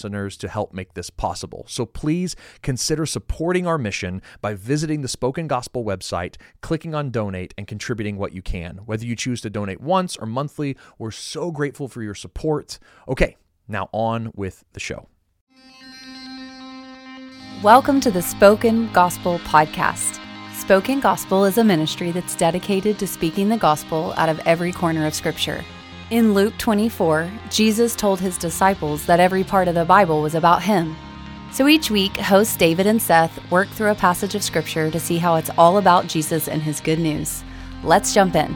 to help make this possible. So please consider supporting our mission by visiting the Spoken Gospel website, clicking on donate, and contributing what you can. Whether you choose to donate once or monthly, we're so grateful for your support. Okay, now on with the show. Welcome to the Spoken Gospel Podcast. Spoken Gospel is a ministry that's dedicated to speaking the gospel out of every corner of Scripture. In Luke 24, Jesus told his disciples that every part of the Bible was about him. So each week, hosts David and Seth work through a passage of Scripture to see how it's all about Jesus and his good news. Let's jump in.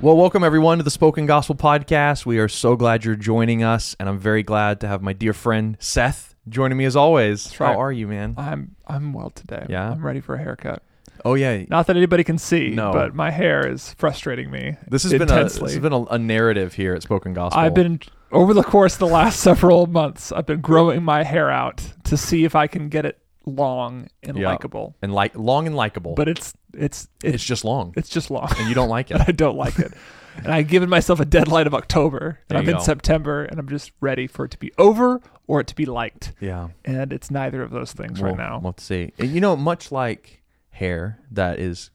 Well, welcome everyone to the Spoken Gospel Podcast. We are so glad you're joining us, and I'm very glad to have my dear friend Seth joining me as always. right. Uh, How are you, man? I'm I'm well today. Yeah? I'm ready for a haircut. Oh yeah, Not that anybody can see, No. but my hair is frustrating me. this has been a, this intensely. has been a, a narrative here at Spoken Gospel. I've been over the course of the last several months. I've been growing my hair out to see if I can get it long and Yeah. likable. and like long and likable, But it's it's it's it's just long, it's just long. and you don't like it. I don't like it. And I've given myself a deadline of October, There and I'm you in go. September, and I'm just ready for it to be over or it to be liked. yeah, And it's neither of those things we'll, right now. We'll see. And you know, much like hair that is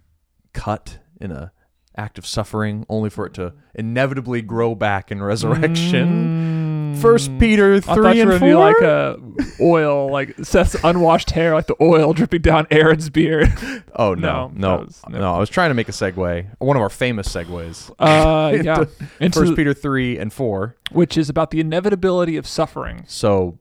cut in a act of suffering, only for it to inevitably grow back in resurrection. First Peter Mm. I thought three you and were four. gonna be like a oil, like Seth's unwashed hair, like the oil dripping down Aaron's beard. oh no, No, no, that was- no, I was trying to make a segue, one of our famous segues. Uh, yeah, into, First Peter three and four. which is about the inevitability of suffering. So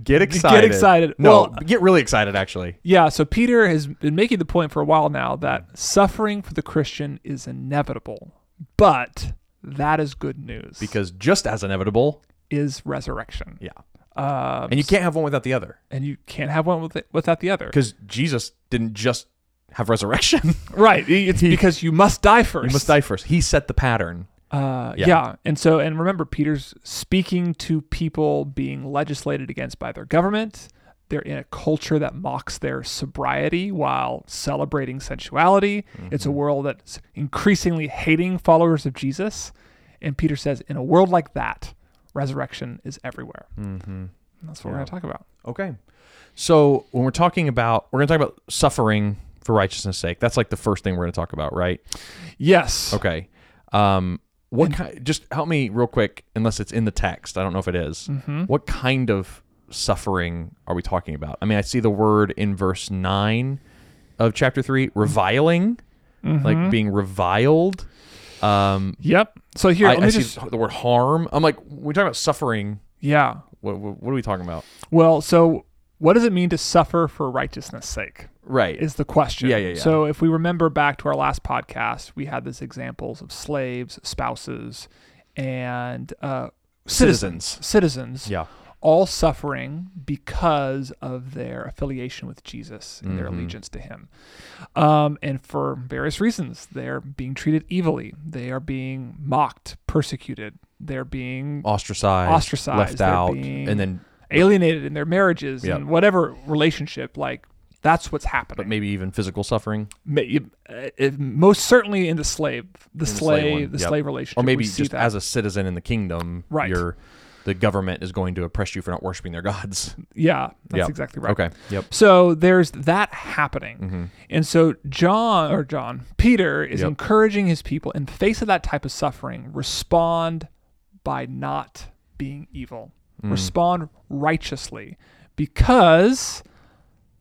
get excited. Get excited. No, Well- get really excited. Actually, Yeah, so Peter has been making the point for a while now that suffering for the Christian is inevitable, but that is good news because just as inevitable, is resurrection, yeah. Um, And you can't have one without the other. and you can't have one with without the other. because Jesus didn't just have resurrection. Right, it's because you must die first. he must die first. He set the pattern. Uh, Yeah. yeah. And so, and remember, Peter's speaking to people being legislated against by their government. They're in a culture that mocks their sobriety while celebrating sensuality. It's Mm-hmm. a world that's increasingly hating followers of Jesus. And Peter says, in a world like that, resurrection is everywhere. Mm-hmm. That's what we're going to talk about. Okay. So when we're talking about, we're going to talk about suffering for righteousness' sake. That's like the first thing we're going to talk about, right? Yes. Okay. Um, what kind? Just help me real quick, unless it's in the text. I don't know if it is. Mm-hmm. What kind of suffering are we talking about? I mean, I see the word in verse nine of chapter three, Mm-hmm. reviling, like being reviled. Um, Yep. So here, I, let me I see just. the word harm. I'm like, we're talking about suffering. yeah. What, what, what are we talking about? Well, so what does it mean to suffer for righteousness' sake? Right. is the question. Yeah, yeah, yeah. So if we remember back to our last podcast, we had these examples of slaves, spouses, and uh, Citizens. Citizens, yeah. all suffering because of their affiliation with Jesus and Mm-hmm. their allegiance to Him, um, and for various reasons, they're being treated evilly. They are being mocked, persecuted. They're being Ostracized. Ostracized, Left they're out. being- And then, alienated in their marriages Yep. and whatever relationship. Like that's what's happening. but maybe even physical suffering. ma- you- uh, it- most certainly in the slave, the the slave slave, one, the yep. slave relationship, Or maybe we see just that. as a citizen in the kingdom, Right. you're, the government is going to oppress you for not worshiping their gods. yeah, that's Yep. exactly right. Okay. Yep. Mm-hmm. So there's that happening, and so John or John Peter is Yep. encouraging his people in the face of that type of suffering, respond by not Mm. being evil, respond righteously, because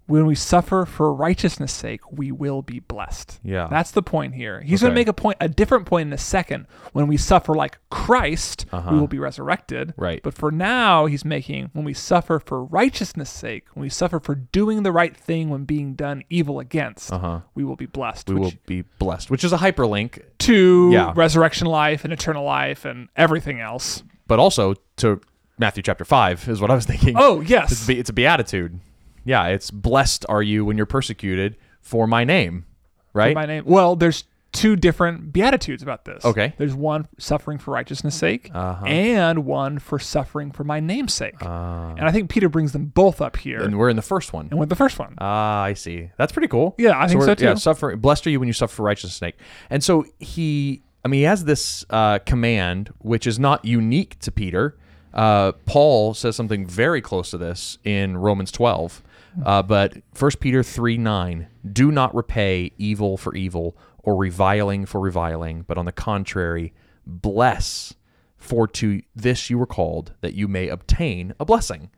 when we suffer for righteousness' sake, we will be blessed. Yeah. That's the point here. He's going Okay. to make a point, a different point in a second. When we suffer like Christ, Uh-huh. we will be resurrected. Right. But for now, he's making when we suffer for righteousness' sake, when we suffer for doing the right thing when being done evil against, Uh-huh. we will be blessed. We which will be blessed, which is a hyperlink, to Yeah. resurrection life and eternal life and everything else. but also to Matthew chapter 5 is what I was thinking. Oh, It's, yes. be, it's a beatitude. Yeah, it's blessed are you when you're persecuted for my name, right? My name. Well, there's two different beatitudes about this. Okay. There's one suffering for righteousness' sake Uh-huh. and one for suffering for my name's sake. and I think Peter brings them both up here and and, we're Ah. in the first one. with the first one. Ah, I see. That's pretty cool. Yeah, I think we're- so too. Yeah, suffer. Blessed are you when you suffer for righteousness' sake. And so he, I mean, he has this uh, command which is not unique to Peter. Uh, Paul says something very close to this in Romans 12, uh, but 1 Peter 3 9, do not repay evil for evil or reviling for reviling, but on the contrary, bless, for to this you were called, that you may obtain a blessing.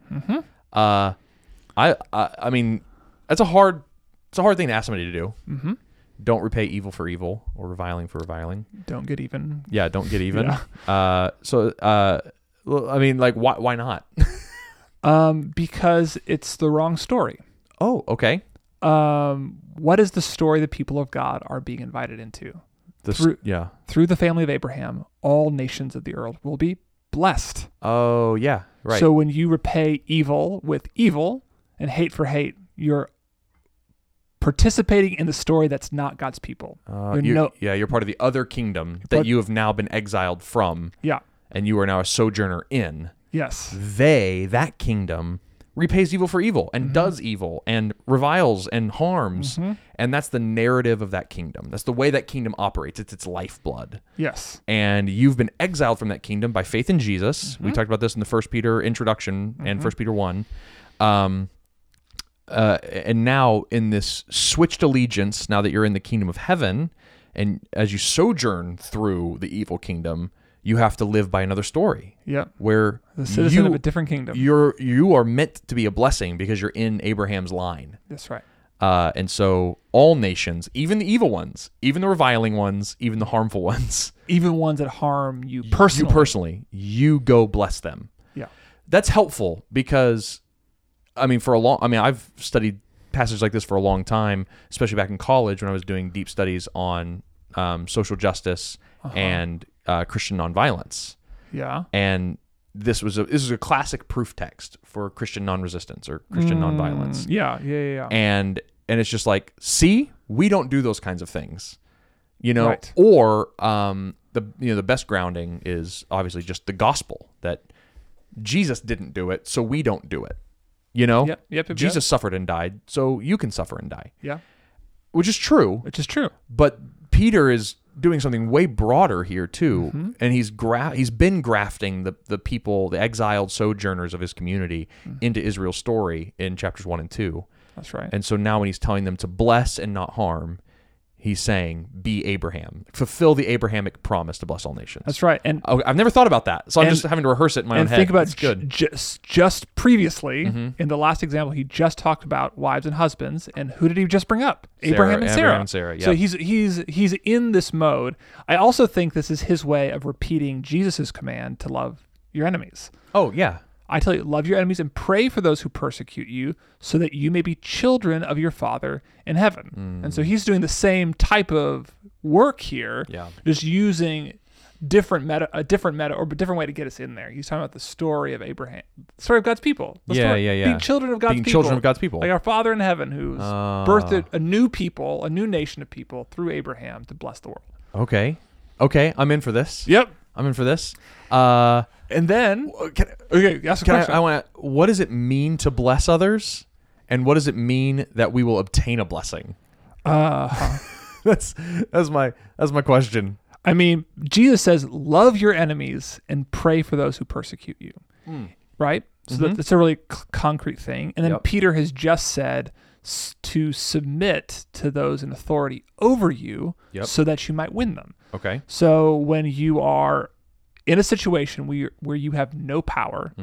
Uh, I, I I mean, that's a hard it's a hard thing to ask somebody to do. Mm-hmm. Don't repay evil for evil or reviling for reviling. Don't get even. Yeah, don't get even. Uh, so uh, well, I mean, like, why why not? Um, because it's the wrong story. oh, okay. Um, what is the story the people of God are being invited into? This Through- yeah. Through the family of Abraham, all nations of the earth will be blessed. Oh yeah, right. So when you repay evil with evil and hate for hate, you're participating in the story that's not God's people. uh, you're you- no- yeah, you're part of the other kingdom that But- you have now been exiled from, Yeah. and you are now a sojourner in. Yes. They that kingdom repays evil for evil Mm-hmm. and does evil and reviles and harms, and that's the narrative of that kingdom. That's the way that kingdom operates. It's its lifeblood. Yes. and you've been exiled from that kingdom by faith in Jesus. Mm-hmm. We talked about this in the First Peter introduction and First Peter one, um, uh, and now in this switched allegiance, now that you're in the kingdom of heaven, and as you sojourn through the evil kingdom, you have to live by another story Yep. where The citizen you, of a different kingdom. you're you are meant to be a blessing because you're in Abraham's line. that's right. Uh, and so all nations, even the evil ones, even the reviling ones, even the harmful ones, Even ones that harm you personally. you personally, you go bless them. yeah. That's helpful because, I mean, for a long, I mean, I've studied passages like this for a long time, especially back in college when I was doing deep studies on um, social justice and uh, Christian nonviolence. Yeah. And this was a this is a classic proof text for Christian nonresistance or Christian nonviolence Yeah. Yeah. Yeah. yeah. and and it's just like see we don't do those kinds of things you know Right. or um the you know the best grounding is obviously just the gospel that jesus didn't do it so we don't do it you know Yep, yep, yep, jesus suffered and died so you can suffer and die yeah. which is true Which is true. but peter is doing something way broader here too Mm-hmm. and he's gra- he's been grafting the the people the exiled sojourners of his community Mm. into israel's story in chapters 1 and 2 That's right. and so now when he's telling them to bless and not harm, he's saying, be Abraham, fulfill the Abrahamic promise to bless all nations. that's right. And Oh, I've never thought about that. So I'm And- just having to rehearse it in my own and head. think about it's good. Mm-hmm. ju- just just previously in the last example he just talked about wives and husbands and who did he just bring up Sarah, Abraham and Sarah. Abraham and Sarah, So yep. he's he's he's in this mode. I also think this is his way of repeating Jesus's command to love your enemies. Oh, yeah. I tell you, love your enemies and pray for those who persecute you, so that you may be children of your Father in heaven. And so Mm. he's doing the same type of work here, Yeah. just using different meta, a different meta, or a different way to get us in there. He's talking about the story of Abraham, the story of God's people. The Yeah, story, yeah, yeah. Being children of God's Being people. children of God's people. Like our Father in heaven, who's Ah. birthed a new people, a new nation of people through Abraham to bless the world. Okay. Okay. I'm in for this. Yep. I'm in for this. Uh, And then, can, Uh, okay, ask a can question. I, I want what does it mean to bless others? And what does it mean that we will obtain a blessing? uh, That's that's my that's my question. I mean, Jesus says, love your enemies and pray for those who persecute you. Right? So that, that's a really c- concrete thing. And then Hmm. Mm-hmm. Yep. Peter has just said s- to submit to those in authority over you Yep. so that you might win them. Okay. So when you are in a situation where, where you have Mm-hmm. no power,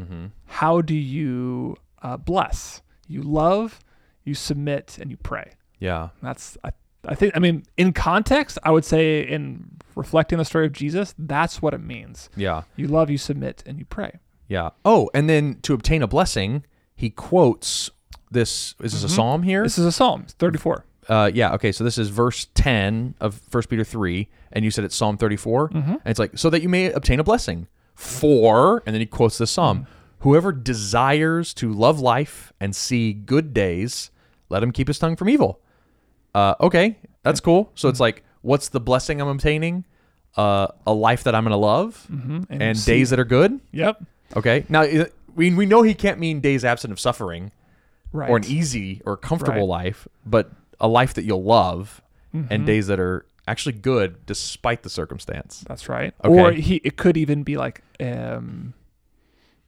how do you uh, bless? You love, you submit and you pray. Yeah. That's I, I think I mean in context, I would say in reflecting the story of Jesus, that's what it means. Yeah. You love, you submit, and you pray. Yeah. Oh, and then to obtain a blessing, he quotes this. Is this a psalm here? This is a psalm, it's 34. uh, yeah. Okay. So this is verse 10 of First Peter 3. And you said it's Psalm 34. And it's like, so that you may obtain a blessing for, and then he quotes this psalm whoever desires to love life and see good days, let him keep his tongue from evil. Uh, okay. That's cool. So it's like, what's the blessing I'm obtaining? Uh, a life that I'm going to love and and, days that are good. Yep. Okay. Now, i- we, we know he can't mean days absent of suffering Right. or an e- easy or comfortable Right. life, Mm-hmm. but a life that you'll love and days that are actually good despite the circumstance. That's right. Okay. Or he it could even be like um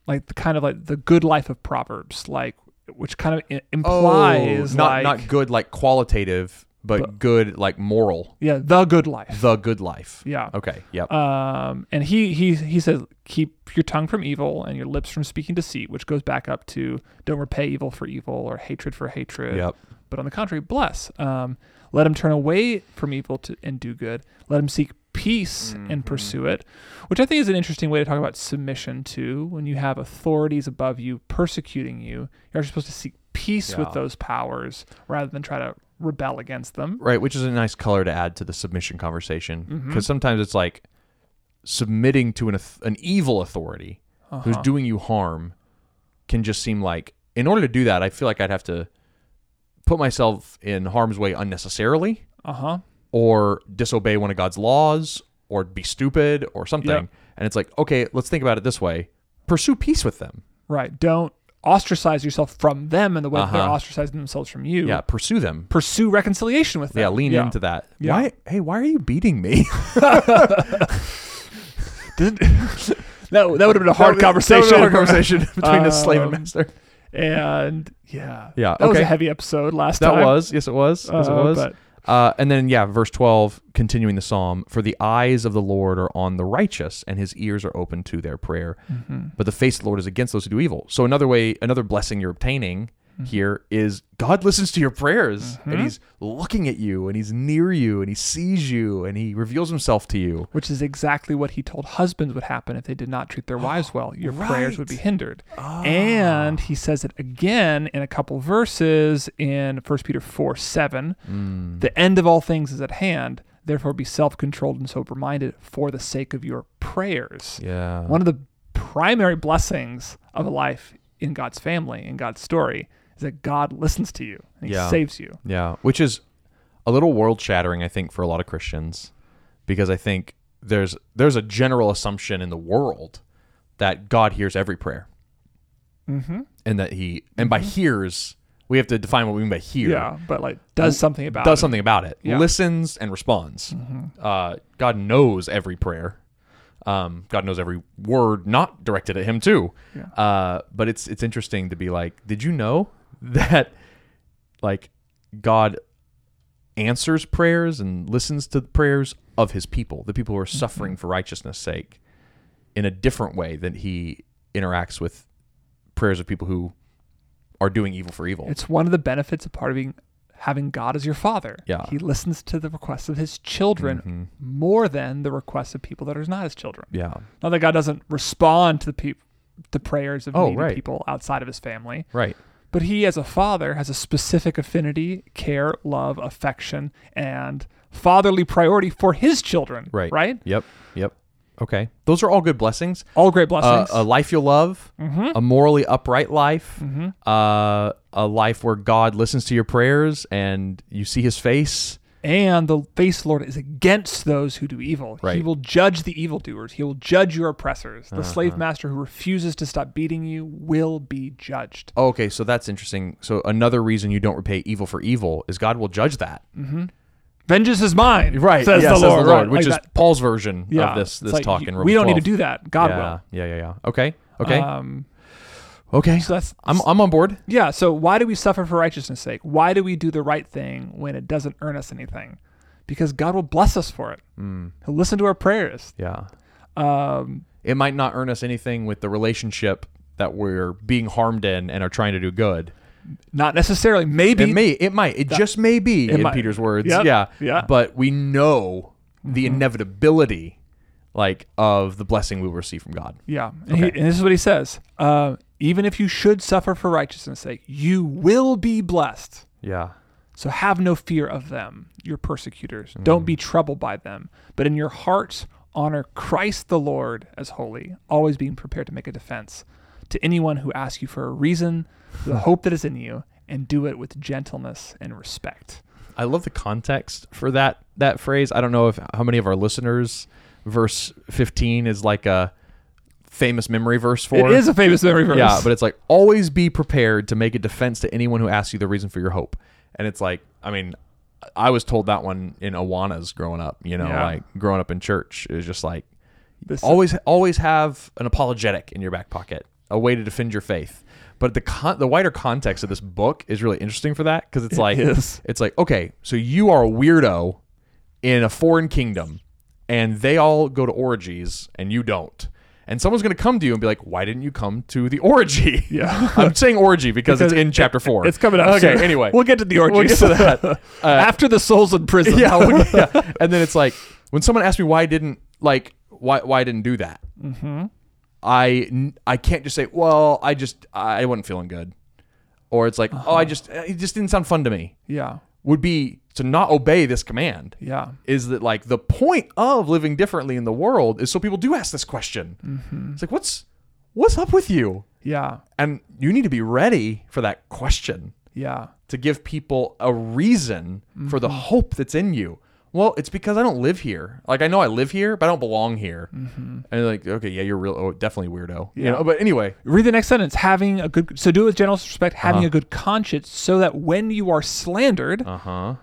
like the kind of like the good life of Proverbs, like which kind of i- implies Oh, not like not good like qualitative, but, good like moral. yeah, the good life. The good life. yeah. Okay. Yep. Um and he he he says keep your tongue from evil and your lips from speaking deceit, which goes back up to don't repay evil for evil or hatred for hatred. yep. But on the contrary, bless. Um let him turn away from evil to and do good. Let him seek peace Mm-hmm. and pursue it. which I think is an interesting way to talk about submission too. When you have authorities above you persecuting you, you're actually supposed to seek peace Yeah. with those powers rather than try to rebel against them. Right, which is a nice color to add to the submission conversation because Mm-hmm. sometimes it's like submitting to an auth- an evil authority Uh-huh. who's doing you harm can just seem like in order to do that, I feel like I'd have to put myself in harm's way unnecessarily Uh huh. or disobey one of God's laws or be stupid or something. Yeah. And it's like, okay, let's think about it this way. Pursue peace with them. Right. Don't ostracize yourself from them in the way that they're Uh-huh. ostracizing themselves from you. Yeah, pursue them. Pursue reconciliation with them. Yeah, lean into that. Yeah. Why hey, why are you beating me? Didn't- that, that would have been a hard conversation. Hard conversation between the slave and Um, master. And yeah. Yeah, That was a okay. heavy episode last That time. was. Yes, it was. Yes, it Uh, was. but- uh, and then, yeah, verse 12, continuing the psalm For the eyes of the Lord are on the righteous, and his ears are open to their prayer. Mm-hmm. But the face of the Lord is against those who do evil. So, another way, another blessing you're obtaining Mm-hmm. here is God listens to your prayers, and he's looking at you, and he's near you, and he sees you, and he reveals himself to you. which is exactly what he told husbands would happen if they did not treat their wives well. Your prayers would be hindered. Oh. And he says it again in a couple verses in 1 Peter 4 7. Hmm. The end of all things is at hand. Therefore, be self controlled and sober minded for the sake of your prayers. Yeah. One of the primary blessings of a life in God's family, in God's story, is that God listens to you and he Yeah. saves you. Yeah, which is a little world shattering, I think, for a lot of Christians, because I think there's there's a general assumption in the world that God hears every prayer, mm-hmm. and that He and by hears we have to define what we mean by hear. Yeah, but like does something about Does it. something about it. Yeah. Mm-hmm. Listens and responds. Uh, God knows every prayer. Um, God knows every word not directed at Him too. Uh, but it's it's interesting to be like, did you know that like God answers prayers and listens to the prayers of His people, the people who Mm-hmm. are suffering for righteousness' sake, in a different way than He interacts with prayers of people who are doing evil for evil. It's one of the benefits of part of being having God as your father. Yeah. Mm-hmm. He listens to the requests of his children more than the requests of people that are not his children. yeah. Not that God doesn't respond to the people the prayers of Oh, needy right. people outside of his family, Right. but he as a father has a specific affinity, care, love, affection, and fatherly priority for his children. Right. Right? Yep. Yep. Okay. Those are all good blessings. All great Uh, blessings. Mm-hmm. a life you'll love, a morally upright life, uh, a life where God listens to your prayers and you see his face. And the face of the Lord is against those who do evil. He Right. Uh-huh. will judge the evildoers. He will judge your oppressors. The slave master who refuses to stop beating you will be judged. Oh, okay. So that's interesting. So another reason you don't repay evil for evil is God will judge that. Vengeance is mine, Says yeah, the Lord, right, which like is that. Paul's version yeah. of this it's this like, talk you- in We Romans don't 12. need to do that. God yeah, will. Yeah. Yeah. Yeah. Okay. Okay. Um, okay. so that's I'm I'm on board. yeah. So why do we suffer for righteousness' sake? Why do we do the right thing when it doesn't earn us anything? Because God will bless us for it. Hmm. He'll listen to our prayers. Yeah. Um, It might not earn us anything with the relationship that we're being harmed in and are trying to do good. Not necessarily. Maybe It may, it might, it just may be in might. Peter's words. Yep, Yeah, yeah. Mm-hmm. But we know the inevitability, like of the blessing we will receive from God. Yeah. And, he, and this is what he says uh, Even if you should suffer for righteousness' sake, you will be blessed. Yeah, So have no fear of them, your persecutors. Don't Mm. be troubled by them, but in your hearts honor Christ the Lord as holy, always being prepared to make a defense to anyone who asks you for a reason, for the hope that is in you, and do it with gentleness and respect. I love the context for that that phrase. I don't know if how many of our listeners verse fifteen is like a famous memory verse for. it is a famous memory verse. Yeah, but it's like always be prepared to make a defense to anyone who asks you the reason for your hope. And it's like, I mean, I was told that one in Awanas growing up. You know, Yeah. like growing up in church, it was just like This- always always have an apologetic in your back pocket, a way to defend your faith. But the con- the wider context of this book is really interesting for that because it's like is. it's like okay, so you are a weirdo in a foreign kingdom, and they all go to orgies and you don't. And someone's going to come to you and be like, "Why didn't you come to the orgy?" Yeah. I'm saying orgy because, it's Because in chapter four. it's coming up. Okay, soon. anyway, We'll get to the orgies. We'll get to that. Uh, After the souls in prison. yeah, we'll get- yeah. And then it's like when someone asked me why I didn't like why why I didn't do that. Mm-hmm. I I can't just say well I just I wasn't feeling good, or it's like oh Uh-huh. I just it just didn't sound fun to me. Yeah. Would be to not obey this command. Yeah. Is that like the point of living differently in the world is so people do ask this question? It's like what's what's up with you? Yeah. And you need to be ready for that question Yeah. to give people a reason for the hope that's in you. Well, it's because I don't live here. Like I know I live here, but I don't belong here. And they're like, okay, yeah, you're real, oh, definitely weirdo. You Yeah. know, but anyway, Read the next sentence. Having a good, so do it with generous respect, having a good conscience, so that when you are slandered, Uh. Uh-huh.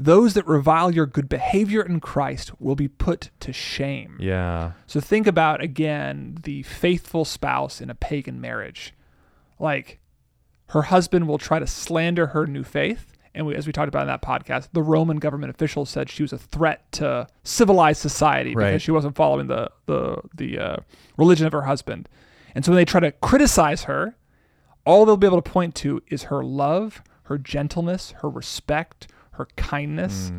those that revile your good behavior in Christ will be put to shame. yeah, So think about again the faithful spouse in a pagan marriage. Like her husband will try to slander her new faith. And we, as we talked about in that podcast, the Roman government officials said she was a threat to civilized society Right. because she wasn't following the the the uh, religion of her husband. And so when they try to criticize her, all they'll be able to point to is her love, her gentleness, her respect, her kindness,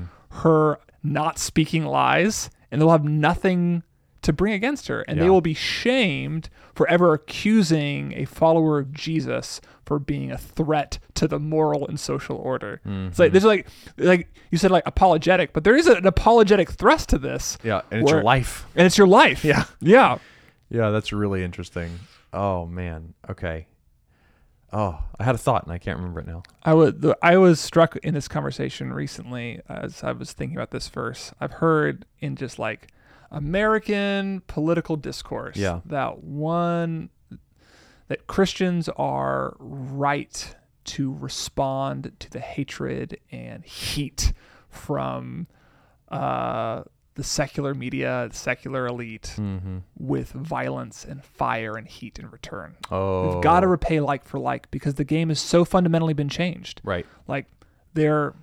her not speaking lies, and they'll have nothing to bring against her. And Yeah. they will be shamed for ever accusing a follower of Jesus for being a threat to the moral and social order. It's like there's like like you said like apologetic, but there is an apologetic thrust to this. yeah, and it's your where- life. And it's your life. Yeah. Yeah. Yeah, that's really interesting. Oh man, okay. Oh, I had a thought and I can't remember it now. I would. the- I was struck in this conversation recently as I was thinking about this verse. I've heard in just like American political discourse Yeah. that one that Christians are right to respond to the hatred and heat from uh, the secular media, the secular elite, Hmm. Mm-hmm. with violence and fire and heat in return. Oh, We've got to repay like for like because the game has so fundamentally been changed. right. Like they're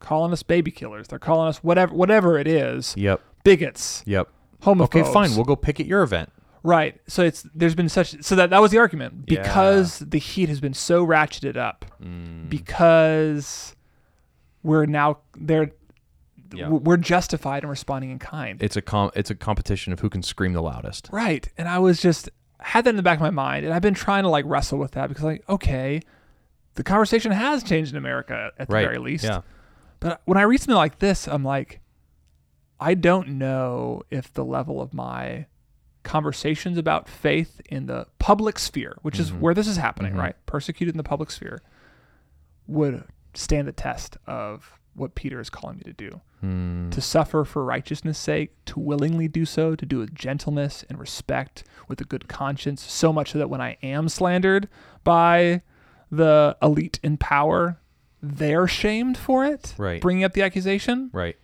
calling us baby killers. They're calling us whatever whatever it is. Yep, Bigots, yep. homophobes. Okay, fine. We'll go pick at your event. right. So it's there's been such so that that was the argument because the heat has been so ratcheted up Mm. because we're now they're Yeah. we're justified in responding in kind. It's a com- it's a competition of who can scream the loudest. Right. And I was just had that in the back of my mind and I've been trying to like wrestle with that because like, okay, the conversation has changed in America at the Right. very least. Yeah. But when I read something like this, I'm like, I don't know if the level of my conversations about faith in the public sphere, which is where this is happening, right? Persecuted in the public sphere, would stand the test of what Peter is calling me to do. To suffer for righteousness' sake, to willingly do so, to do with gentleness and respect, with a good conscience, so much so that when I am slandered by the elite in power, they're shamed for it, Right. bringing up the accusation. Right.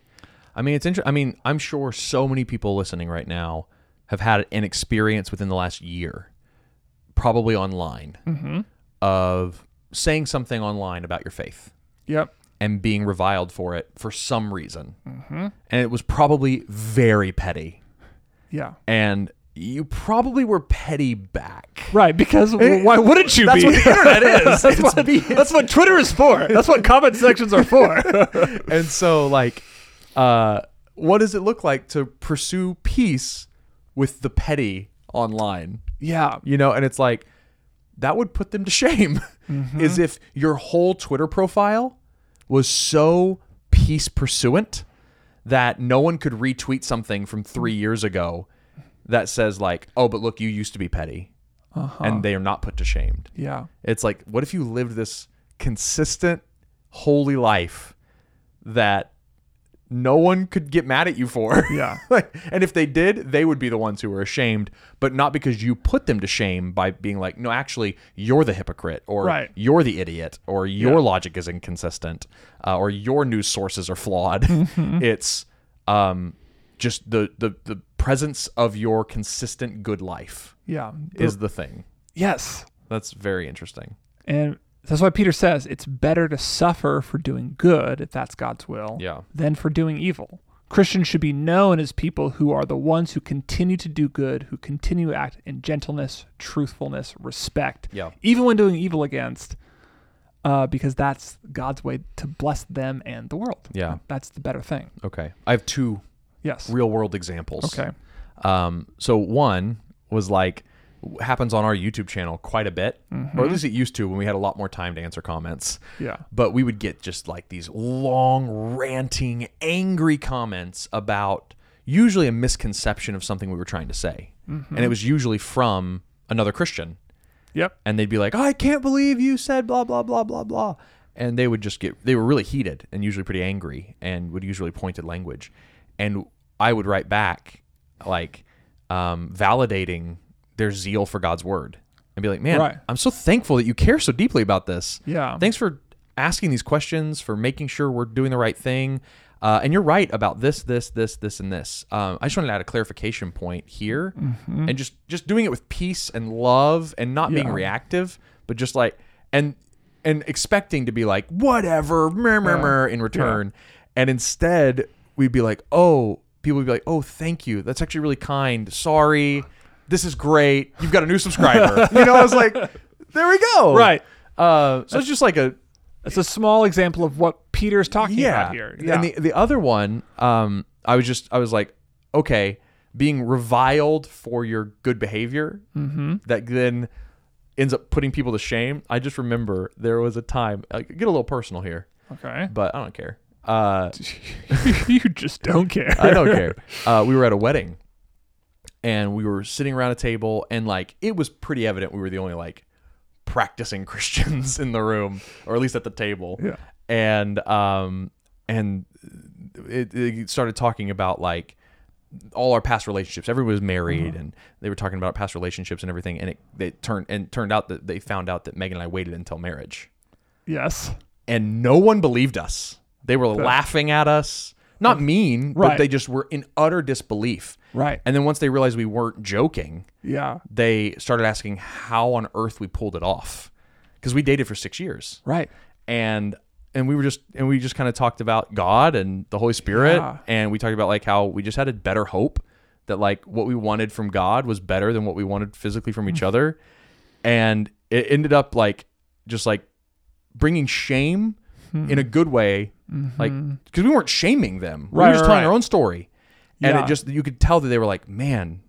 I mean, it's interesting. I mean, I'm sure so many people listening right now have had an experience within the last year, probably online, Mm-hmm. of saying something online about your faith Yep. and being reviled for it for Mm-hmm. some reason. And it was probably very petty. Yeah. And you probably were petty back. Right, because w- why wouldn't you That's be? what the internet is. that's, It's what, that's what Twitter is for. That's what comment sections are for. and so like uh what does it look like to pursue peace with the petty online yeah. you know and it's like that would put them to shame is if your whole twitter profile was so peace pursuant that no one could retweet something from three years ago that says like oh but look you used to be petty and they are not put to shamed Yeah. it's like, what if you lived this consistent, holy life that no one could get mad at you for? Yeah. like, and if they did, they would be the ones who were ashamed, but not because you put them to shame by being like, no, actually, you're the hypocrite, or Right. you're the idiot, or your logic is inconsistent, uh, or your news sources are flawed. Mm-hmm. It's um, just the, the, the presence of your consistent good life Yeah. is the thing. yes. That's very interesting. And that's why Peter says it's better to suffer for doing good, if that's God's will, Yeah. than for doing evil. Christians should be known as people who are the ones who continue to do good, who continue to act in gentleness, truthfulness, respect, Yeah. even when doing evil against, uh, because that's God's way to bless them and the world. Yeah. That's the better thing. Okay. I have two Yes. real world examples. Okay. Um, so one was like happens on our YouTube channel quite a bit, or at least it used to when we had a lot more time to answer comments. Mm-hmm. Yeah. But we would get just like these long, ranting, angry comments about usually a misconception of something we were trying to say. Mm-hmm. And it was usually from another Christian. Yep. And they'd be like, I can't believe you said blah, blah, blah, blah, blah. And they would just get, they were really heated and usually pretty angry and would usually pointed language. And I would write back, like, um, validating their zeal for God's word and be like, man, Right. I'm so thankful that you care so deeply about this. Yeah. Thanks for asking these questions, for making sure we're doing the right thing. Uh, and you're right about this, this, this, this, and this. Um, I just wanted to add a clarification point here, and just just doing it with peace and love, and not being Mm-hmm. Yeah. reactive, but just like and and expecting to be like whatever, mer, mer, mer, in return, and instead we'd be like, oh, people would be like, oh, thank you, that's actually really kind. Sorry, this is great. You've got a new subscriber. you know, I was like, there we go. Right. Uh, so it's just like a That's a small example of what Peter's talking yeah. about here. And the the other one, um, I was just I was like, okay, being reviled for your good behavior Mm-hmm. that then ends up putting people to shame. I just remember there was a time. I get a little personal here, okay. but I don't care. Uh, you just don't care. I don't care. Uh, we were at a wedding, and we were sitting around a table, and like it was pretty evident we were the only like practicing Christians in the room, or at least at the table. Yeah. And um, and it, it started talking about like all our past relationships. Everyone was married, Uh-huh. and they were talking about past relationships and everything. And it they turned and turned out that they found out that Megan and I waited until marriage Yes. and no one believed us. They were laughing at us. Not mean, but Right. they just were in utter disbelief. Right. And then once they realized we weren't joking, Yeah. they started asking how on earth we pulled it off. Because we dated for six years. Right. And and we were just and we just kind of talked about God and the Holy Spirit. Yeah. And we talked about like how we just had a better hope that like what we wanted from God was better than what we wanted physically from Mm. each other. And it ended up like just like bringing shame in a Hmm. good way, like because we weren't shaming them. we Mm-hmm. Right, were just right, telling right. our own story, and Yeah. it just you could tell that they were like, man,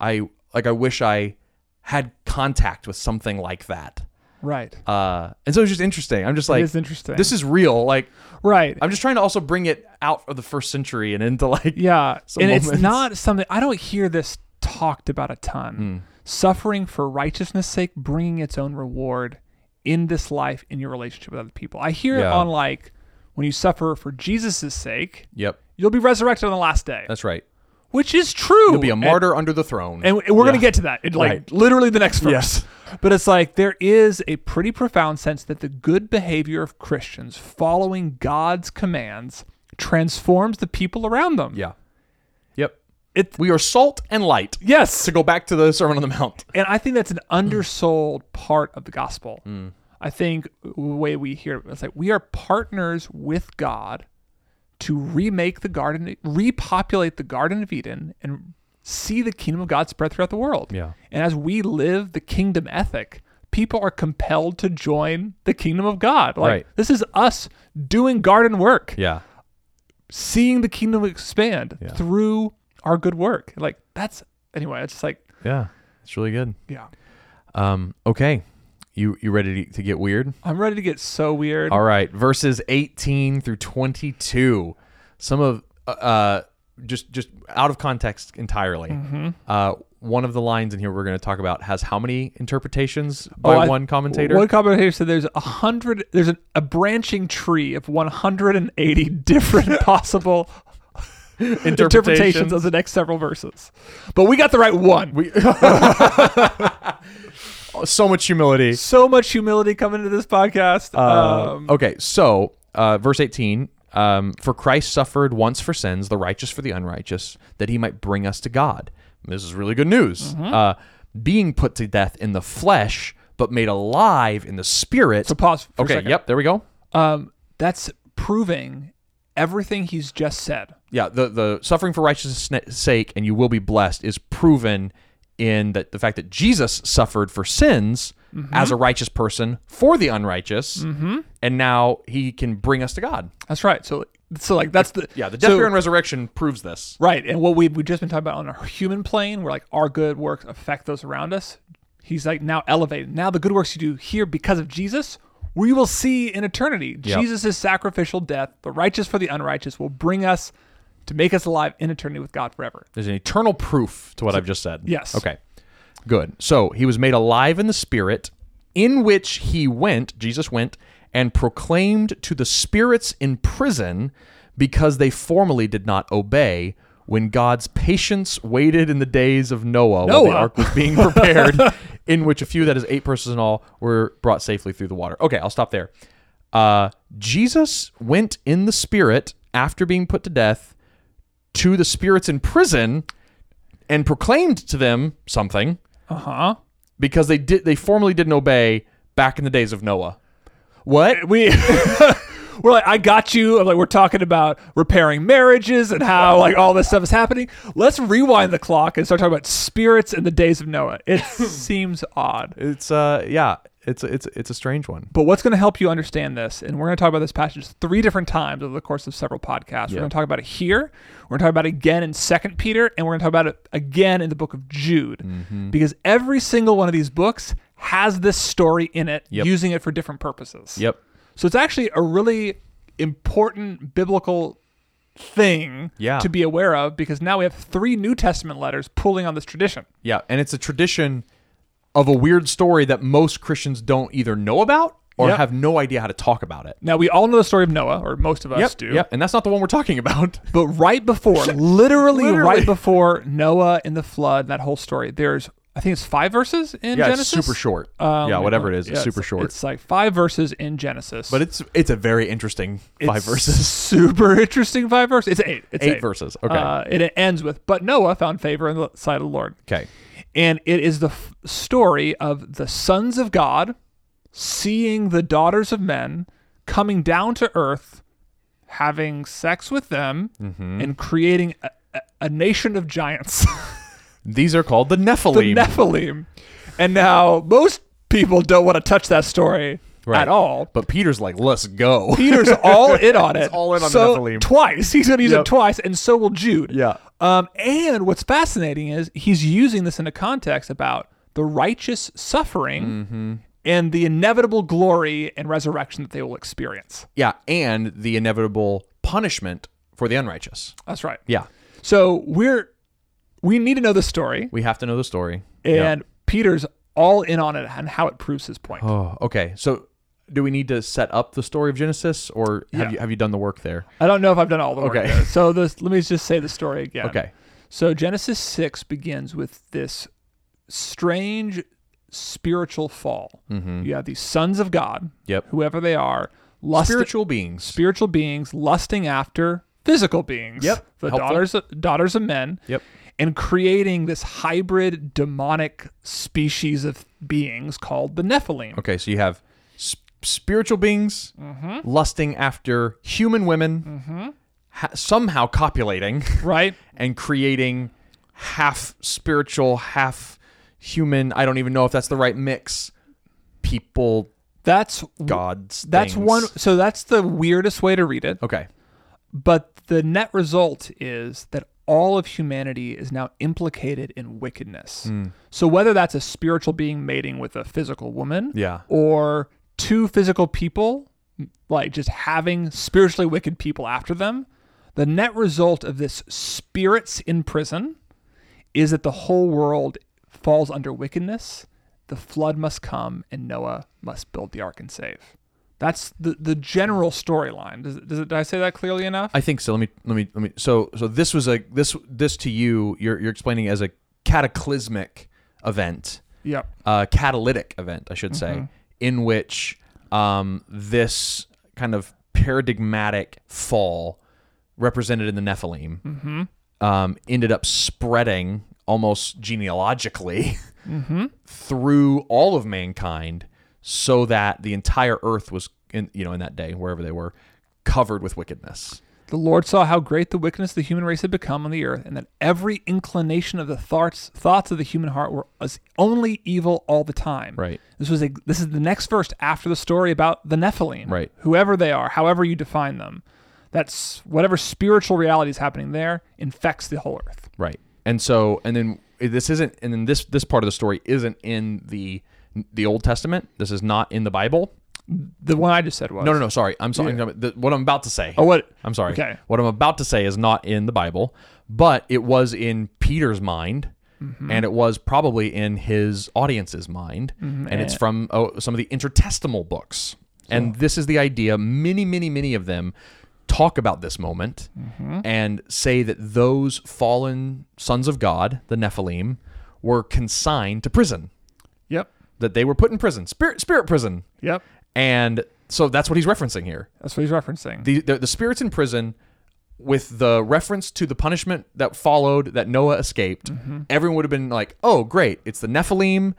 I like I wish I had contact with something like that. Right. Uh, and so it's just interesting. I'm just like, is interesting. This is real. Like Right. I'm just trying to also bring it out of the first century and into like yeah. Some and it's moments. not something I don't hear this talked about a Hmm. ton. Suffering for righteousness' sake, bringing its own reward in this life in your relationship with other people. I hear it Yeah. on like when you suffer for Jesus' sake, Yep, you'll be resurrected on the last day, that's right. which is true. You'll be a martyr under the throne. and we're going to get to that in like Right. literally the next verse. Yes. But it's like there is a pretty profound sense that the good behavior of Christians following God's commands transforms the people around them. yeah. Yep. It We are salt and light. yes. To go back to the Sermon on the Mount. And I think that's an Hmm. undersold part of the gospel. I think the way we hear it, it's like we are partners with God to remake the garden, repopulate the Garden of Eden, and see the kingdom of God spread throughout the world. Yeah. And as we live the kingdom ethic, people are compelled to join the kingdom of God. Like Right. this is us doing garden work, Yeah. seeing the kingdom expand Yeah. through our good work. Like that's anyway, it's just like Yeah. It's really good. yeah. Um, okay. You you ready to, to get weird? I'm ready to get so weird. All right. Verses 18 through 22. Some of uh, uh just just out of context entirely. Mm-hmm. Uh one of the lines in here we're going to talk about has how many interpretations by Oh, I- one commentator? One commentator said there's a hundred. There's a, a branching tree of 180 different possible interpretations. of the next several verses, but we got the right one. We so much humility. so much humility coming into this podcast. um, okay, so uh, verse 18 um, For Christ suffered once for sins, the righteous for the unrighteous, that he might bring us to God. This is really good news. Mm-hmm. Uh, being put to death in the flesh, but made alive in the spirit. so pause. For okay, A second. yep, there we go. Um, that's proving everything he's just said. Yeah, the, the suffering for righteousness' sake and you will be blessed is proven in that the fact that Jesus suffered for sins as a righteous person for the unrighteous, and now he can bring us to God. That's right. So, so like that's the Yeah, the death, so- burial, and resurrection proves this. Right. And what we've, we've just been talking about on our human plane, where like our good works affect those around us, he's like now elevated. Now, the good works you do here because of Jesus, we will see in eternity. Yep. Jesus' sacrificial death, the righteous for the unrighteous, will bring us to make us alive in eternity with God forever. There's an eternal proof to what I've just said. Yes. Okay. Good. So he was made alive in the spirit, in which he went, Jesus went, and proclaimed to the spirits in prison because they formerly did not obey when God's patience waited in the days of Noah, while the Noah. ark was being prepared, in which a few, that is eight persons in all, were brought safely through the water. Okay, I'll stop there. Uh, Jesus went in the spirit after being put to death to the spirits in prison and proclaimed to them something Uh huh. because they did they formally didn't obey back in the days of Noah. What? We. We're like, I got you. Like, we're talking about repairing marriages and how like all this stuff is happening. Let's rewind the clock and start talking about spirits in the days of Noah. It seems odd. It's uh yeah, it's it's it's a strange one. But what's going to help you understand this, and we're going to talk about this passage three different times over the course of several podcasts. We're going to talk about it here, we're going to talk about it again in Second Peter, and we're going to talk about it again in the book of Jude, Mm-hmm. because every single one of these books has this story in it, Yep. using it for different purposes. Yep. So it's actually a really important biblical thing Yeah. to be aware of, because now we have three New Testament letters pulling on this tradition. Yeah, and it's a tradition of a weird story that most Christians don't either know about or Yep. have no idea how to talk about it. Now we all know the story of Noah, or most of us do. Yep. And that's not the one we're talking about. But right before, literally, Literally. right before Noah and the flood, that whole story, there's I think it's five verses in Yeah, Genesis. Um, it's super short. yeah, whatever it is, it's yeah, super short. It's like five verses in Genesis. but it's it's a very interesting five It's verses. Super interesting five verses. It's eight. It's Eight eight, verses, okay. Uh, and it ends with, but Noah found favor in the sight of the Lord. Okay. And it is the f- story of the sons of God seeing the daughters of men coming down to earth, having sex with them, Mm-hmm. and creating a, a, a nation of giants, These are called the the Nephilim. Nephilim. And now most people don't want to touch that story Right. at all. but Peter's like, "Let's go." Peter's all in on it. all in on the so Nephilim. Twice. He's going to use Yep. it twice, and so will Jude. Yeah. Um, and what's fascinating is he's using this in a context about the righteous suffering Mm-hmm. and the inevitable glory and resurrection that they will experience. Yeah, and the inevitable punishment for the unrighteous. That's right. Yeah, So we're we need to know the story, we have to know the story. Yeah. and Peter's all in on it and how it proves his point. Oh, okay. So, do we need to set up the story of Genesis, or have Yeah. you have you done the work there? I don't know if I've done all the work. Okay. there. So this, let me just say the story again. Okay. So Genesis 6 begins with this strange spiritual fall. You have these sons of God, Mm-hmm. Yep. whoever they are, lusting, spiritual. Spiritual beings. beings lusting after physical beings. Yep. The Helpful. daughters daughters of men. Yep. And creating this hybrid demonic species of beings called the Nephilim. Okay, so you have sp- spiritual beings lusting after human women, ha- somehow copulating Right? and creating half spiritual, half human. I don't even know if that's the right mix. People, That's gods. that's things. one. So that's the weirdest way to read it. Okay. But the net result is that all of humanity is now implicated in wickedness. So whether that's a spiritual being mating with a physical woman, Yeah. or two physical people, like just having spiritually wicked people after them, the net result of this spirits in prison is that the whole world falls under wickedness. The flood must come, and Noah must build the ark and save. That's the, the general storyline. Does, does it, did I say that clearly enough? I think so. Let me let me let me. So so this was a this this to you. You're you're explaining it as a cataclysmic event, yep. a catalytic event, I should say, in which um, this kind of paradigmatic fall represented in the Nephilim um, ended up spreading almost genealogically through all of mankind, so that the entire earth was in you know in that day wherever they were covered with wickedness. The Lord saw how great the wickedness of the human race had become on the earth, and that every inclination of the thoughts thoughts of the human heart were was only evil all the time. Right. This was a, this is the next verse after the story about the Nephilim. Right. Whoever they are, however you define them, that's whatever spiritual reality is happening there infects the whole earth. Right. And so and then this isn't and then this this part of the story isn't in the the Old Testament. This is not in the Bible. The one I just said was No, Uh, no, no, sorry. I'm sorry. The- what I'm about to say. Oh, what? I'm sorry. Okay. What I'm about to say is not in the Bible, but it was in Peter's mind. And it was probably in his audience's mind, and it's from oh, some of the intertestamental books. And this is the idea. Many, many, many of them talk about this moment and say that those fallen sons of God, the Nephilim, were consigned to prison. Yep. That they were put in prison, spirit spirit prison, Yep. and so that's what he's referencing here That's what he's referencing. the, the the spirits in prison with the reference to the punishment that followed that Noah escaped, Mm-hmm. everyone would have been like, "Oh, great! It's the Nephilim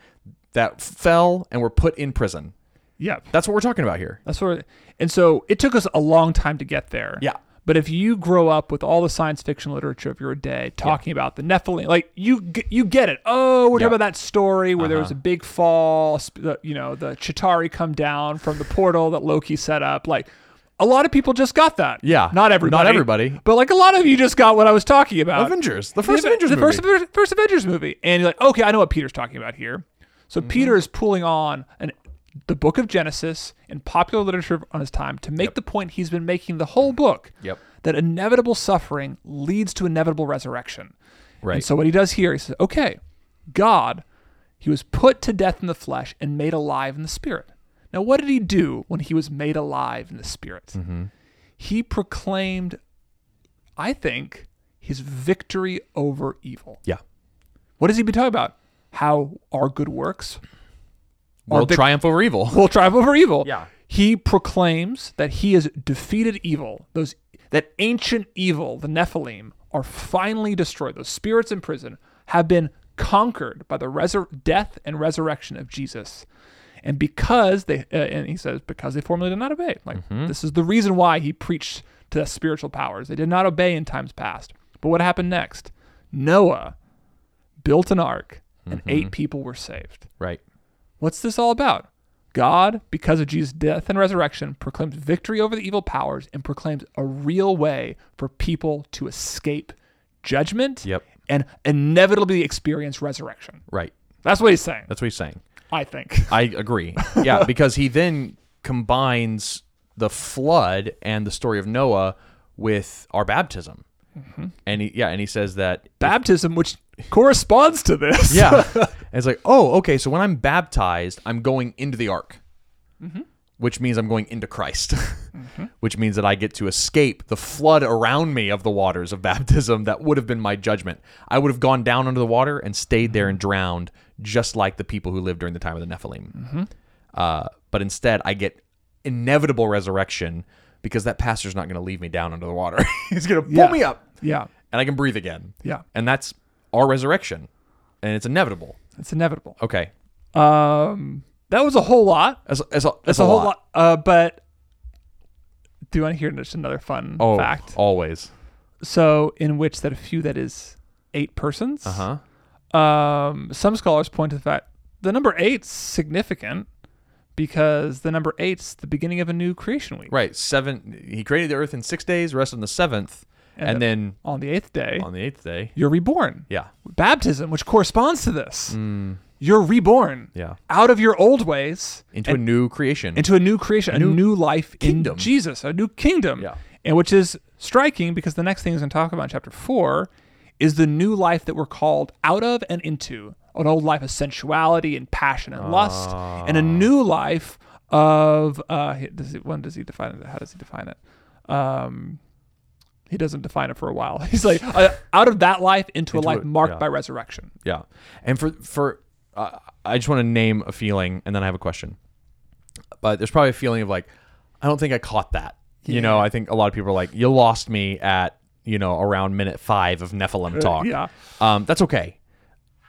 that fell and were put in prison." yep. That's what we're talking about here. That's what. And so it took us a long time to get there. Yeah. But if you grow up with all the science fiction literature of your day talking about the Nephilim, like you g- you get it. Oh, we're Yeah. Uh-huh. talking about that story where there was a big fall. sp- the- You know, the Chitari come down from the portal that Loki set up. Like a lot of people just got that. Yeah. Not everybody. Not everybody. But like a lot of you just got what I was talking about. Avengers, the first The- Avengers the movie. First, Aver- first Avengers movie, and you're like, okay, I know what Peter's talking about here. So Mm-hmm. Peter is pulling on an, the book of Genesis and popular literature on his time to make the point he's been making the whole book. Yep. That inevitable suffering leads to inevitable resurrection. Right. And so what he does here, he says, okay, God, he was put to death in the flesh and made alive in the spirit. Now, what did he do when he was made alive in the spirit? Mm-hmm. He proclaimed, I think, his victory over evil. yeah, What has he been talking about? How our good works world big- triumph over evil. will triumph over evil. Yeah. He proclaims that he has defeated evil. Those that ancient evil, the Nephilim, are finally destroyed. Those spirits in prison have been conquered by the resur- death and resurrection of Jesus. And because they, uh, and he says, because they formerly did not obey. Like this is the reason why he preached to the spiritual powers. They did not obey in times past. But what happened next? Noah built an ark, and eight people were saved. Right. What's this all about? God, because of Jesus' death and resurrection, proclaims victory over the evil powers and proclaims a real way for people to escape judgment Yep. and inevitably experience resurrection. Right. That's what he's saying, That's what he's saying. I think. I agree. Yeah, because he then combines the flood and the story of Noah with our baptism, Mm-hmm. and he, yeah, and he says that Baptism, which corresponds to this. Yeah. and it's like, oh, okay, so when I'm baptized, I'm going into the ark, which means I'm going into Christ, which means that I get to escape the flood around me of the waters of baptism that would have been my judgment. I would have gone down under the water and stayed there and drowned, just like the people who lived during the time of the Nephilim. Uh, but instead, I get inevitable resurrection because that pastor's not going to leave me down under the water. He's going to pull Yeah. me up Yeah. and I can breathe again. Yeah. And that's our resurrection. And it's inevitable. It's inevitable. Okay. Um, that was a whole lot. That's, that's, a, That's a, whole lot. Uh, but do you want to hear just another fun Oh, fact? always. So, in which that a few that is eight persons. Uh huh. Um, some scholars point to the fact the number eight's significant because the number eight's the beginning of a new creation week. Right. Seven. He created the earth in six days, rested on the seventh, and, And then On the eighth day, on the eighth day. you're reborn. Yeah. Mm. Baptism, which corresponds to this, you're reborn Yeah. out of your old ways Into a new creation. into a new creation, a new, life kingdom. in Jesus, a new kingdom. Yeah. And which is striking because the next thing he's going to talk about in chapter four is the new life that we're called out of and into an old life of sensuality and passion and lust, and Ah. a new life of uh, he- does he, when does he define it? How does he define it? Um, he doesn't define it for a while. He's like uh, out of that life into, Into a life a- marked yeah. by resurrection. yeah. And for for uh, I just want to name a feeling, and then I have a question. But there's probably a feeling of like, I don't think I caught that. You know, I think a lot of people are like, you lost me at you know around minute five of Nephilim talk. Uh, yeah. Um, that's okay.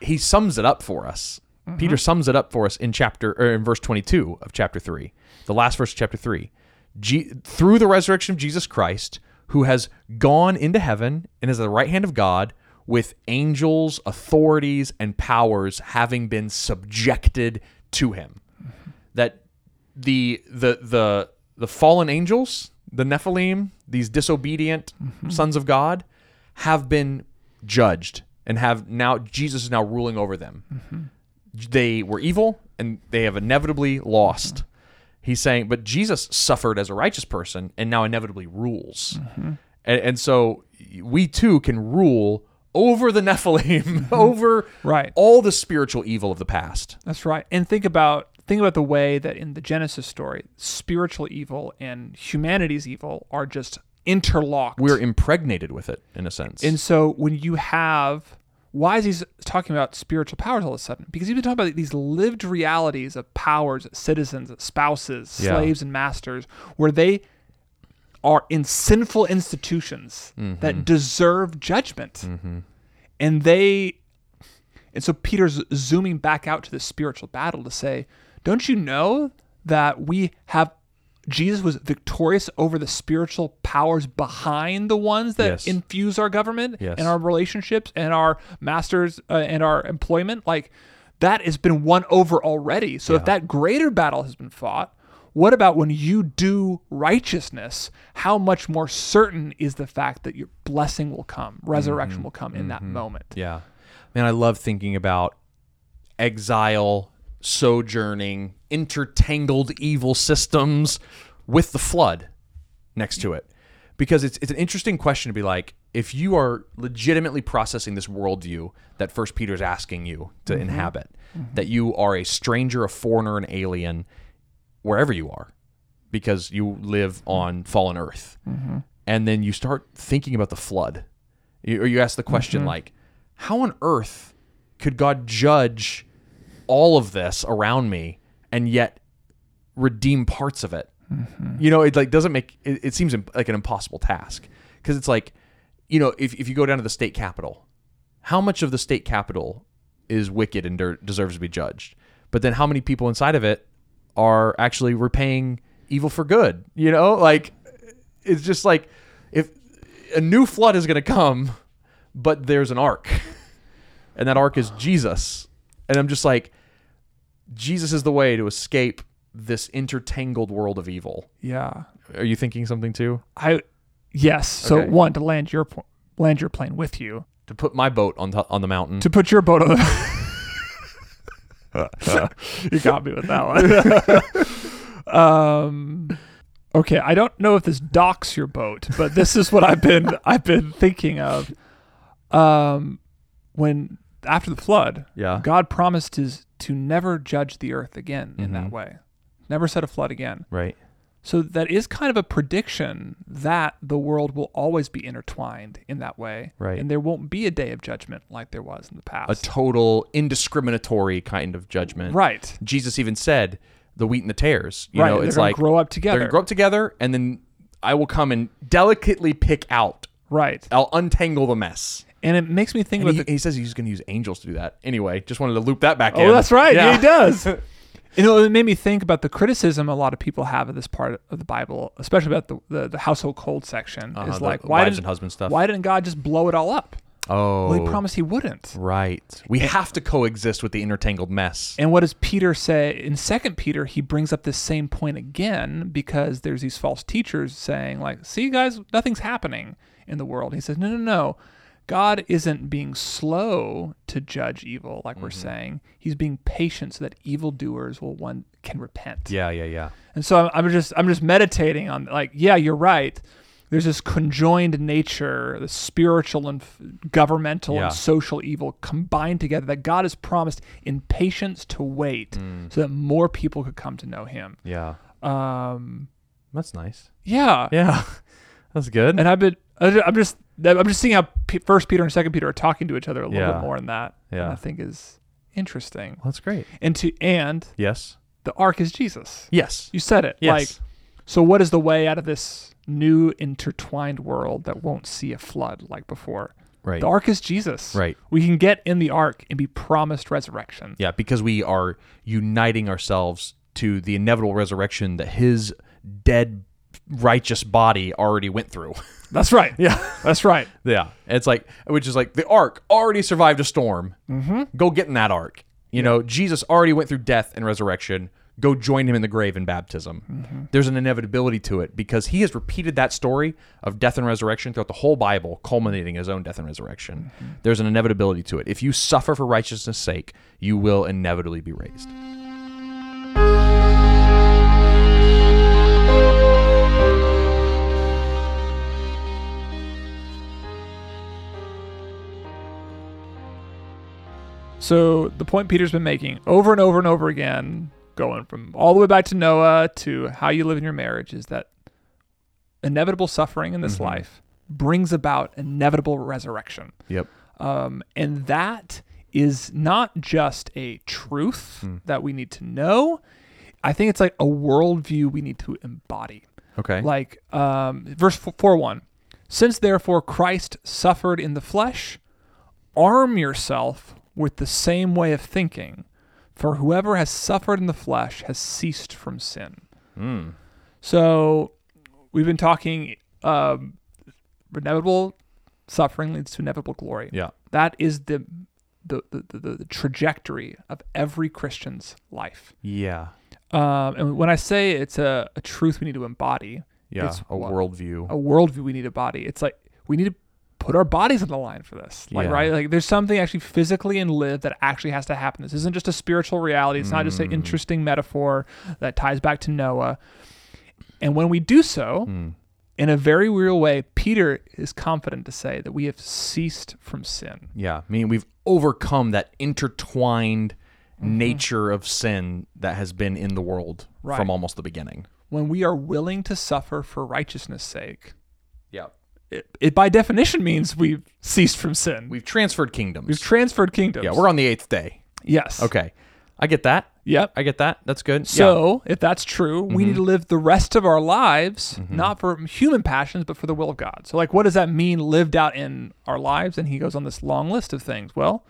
He sums it up for us. Peter sums it up for us in chapter or in verse 22 of chapter 3, the last verse of chapter 3. Je- through the resurrection of Jesus Christ, who has gone into heaven and is at the right hand of God, with angels, authorities, and powers having been subjected to him. That the the the the fallen angels, the Nephilim, these disobedient sons of God, have been judged and have now Jesus is now ruling over them. They were evil and they have inevitably lost. He's saying, but Jesus suffered as a righteous person and now inevitably rules. And, and so we too can rule over the Nephilim, over Right. all the spiritual evil of the past. That's right. And think about think about the way that in the Genesis story, spiritual evil and humanity's evil are just interlocked. We're impregnated with it in a sense. and so when you have why is he s- talking about spiritual powers all of a sudden? Because he's been talking about these lived realities of powers, citizens, spouses, Yeah. slaves, and masters, where they are in sinful institutions Mm-hmm. that deserve judgment. And they and so Peter's zooming back out to the spiritual battle to say, don't you know that we have Jesus was victorious over the spiritual powers behind the ones that Yes. infuse our government Yes. and our relationships and our masters uh, and our employment? Like that has been won over already. So if that greater battle has been fought, what about when you do righteousness? How much more certain is the fact that your blessing will come, resurrection Mm-hmm. will come in that moment? Yeah. Man, I love thinking about exile, sojourning, intertangled evil systems with the flood next to it. Because it's, it's an interesting question to be like, if you are legitimately processing this worldview that First Peter's asking you to inhabit, that you are a stranger, a foreigner, an alien, wherever you are, because you live on fallen earth. And then you start thinking about the flood. You, or you ask the question, like, how on earth could God judge all of this around me and yet redeem parts of it? You know, it like doesn't make it, it seems imp- like an impossible task because it's like, you know, if, if you go down to the state capitol, how much of the state capitol is wicked and der- deserves to be judged? But then how many people inside of it are actually repaying evil for good? You know, like it's just like if a new flood is going to come, but there's an ark, and that ark is Jesus. And I'm just like, Jesus is the way to escape this intertangled world of evil. Yeah. Are you thinking something too? I yes. So Okay. one to land your po- land your plane with you To put my boat on the, on the mountain. to put your boat on. the... you got me with that one. um, okay, I don't know if this docks your boat, but this is what I've been I've been thinking of. Um, when after the flood, Yeah. God promised his to never judge the earth again in that way, never set a flood again. right. So that is kind of a prediction that the world will always be intertwined in that way. Right. And there won't be a day of judgment like there was in A the past. total indiscriminatory kind of judgment. right. Jesus even said, the wheat and the tares. You right. know, they're it's gonna like grow up they're together. going to grow up together, and then I will come and delicately pick out. right. I'll untangle the mess. And it makes me think And about he, the he says he's going to use angels to do that. Anyway, just wanted to loop that back in. Oh, that's right. Yeah. he does. You know, it made me think about the criticism a lot of people have of this part of the Bible, especially about the, the, the household cold section. Uh-huh, is the like, why wives didn't, and husband stuff. Why didn't God just blow it all up? Oh, Well, he promised he wouldn't. right. We have to coexist with the intertangled mess. And what does Peter say in Second Peter? He brings up this same point again because there's these false teachers saying, like, "See, guys, nothing's happening in the world." He says, "No, no, no. God isn't being slow to judge evil, like we're saying. He's being patient so that evildoers will one can repent." Yeah, yeah, yeah. And so I'm, I'm just I'm just meditating on like, yeah, you're right. There's this conjoined nature, the spiritual and f- governmental Yeah. and social evil combined together that God has promised in patience to wait Mm. so that more people could come to know Him. Yeah. Um, That's nice. yeah. Yeah. That's good. and I've been I ju- I'm just I'm just seeing how P- First Peter and Second Peter are talking to each other a little Yeah. bit more in that. and Yeah. I think is interesting. that's great. And to and Yes. the ark is Jesus. Yes. You said it. Yes. Like So, what is the way out of this new intertwined world that won't see a flood like before? right. The ark is Jesus. Right. We can get in the ark and be promised resurrection. Yeah, because we are uniting ourselves to the inevitable resurrection that his dead righteous body already went through. That's right. Yeah. That's right. yeah. It's like which is like the ark already survived a storm. Mm-hmm. Go get in that ark. You know, Jesus already went through death and resurrection. Go join him in the grave in baptism. Mm-hmm. There's an inevitability to it because he has repeated that story of death and resurrection throughout the whole Bible, culminating in his own death and resurrection. Mm-hmm. There's an inevitability to it. If you suffer for righteousness' sake, you will inevitably be raised. So, the point Peter's been making over and over and over again, going from all the way back to Noah to how you live in your marriage, is that inevitable suffering in this Mm-hmm. life brings about inevitable resurrection. Yep. Um, and that is not just a truth that we need to know. I think it's like a worldview we need to embody. Okay. Like um, verse f- 4 1. Since therefore Christ suffered in the flesh, arm yourself with the same way of thinking, for whoever has suffered in the flesh has ceased from sin. Hmm. So we've been talking um, inevitable suffering leads to inevitable glory. yeah. That is the the, the, the, the trajectory of every Christian's life. Yeah. Um, and when I say it's a, a truth we need to embody, Yeah. it's a what- worldview. a worldview we need a body. It's like we need to put our bodies on the line for this. Like Yeah. right, like there's something actually physically and live that actually has to happen. This isn't just a spiritual reality. It's not just an interesting metaphor that ties back to Noah. And when we do so, in a very real way, Peter is confident to say that we have ceased from sin. Yeah. I mean, we've overcome that intertwined Mm-hmm. nature of sin that has been in the world Right. from almost the beginning. When we are willing to suffer for righteousness' sake, Yeah. it, it by definition means we've ceased from sin. We've, We've transferred kingdoms. transferred kingdoms. yeah. We're on the eighth day. yes. Okay. I get that. Yep. I get that. That's good. yeah. Mm-hmm. So, if that's true, we need to live the rest of our lives not for human passions, but for the will of God. So, like, what does that mean lived out in our lives? And he goes on this long list of things. Well,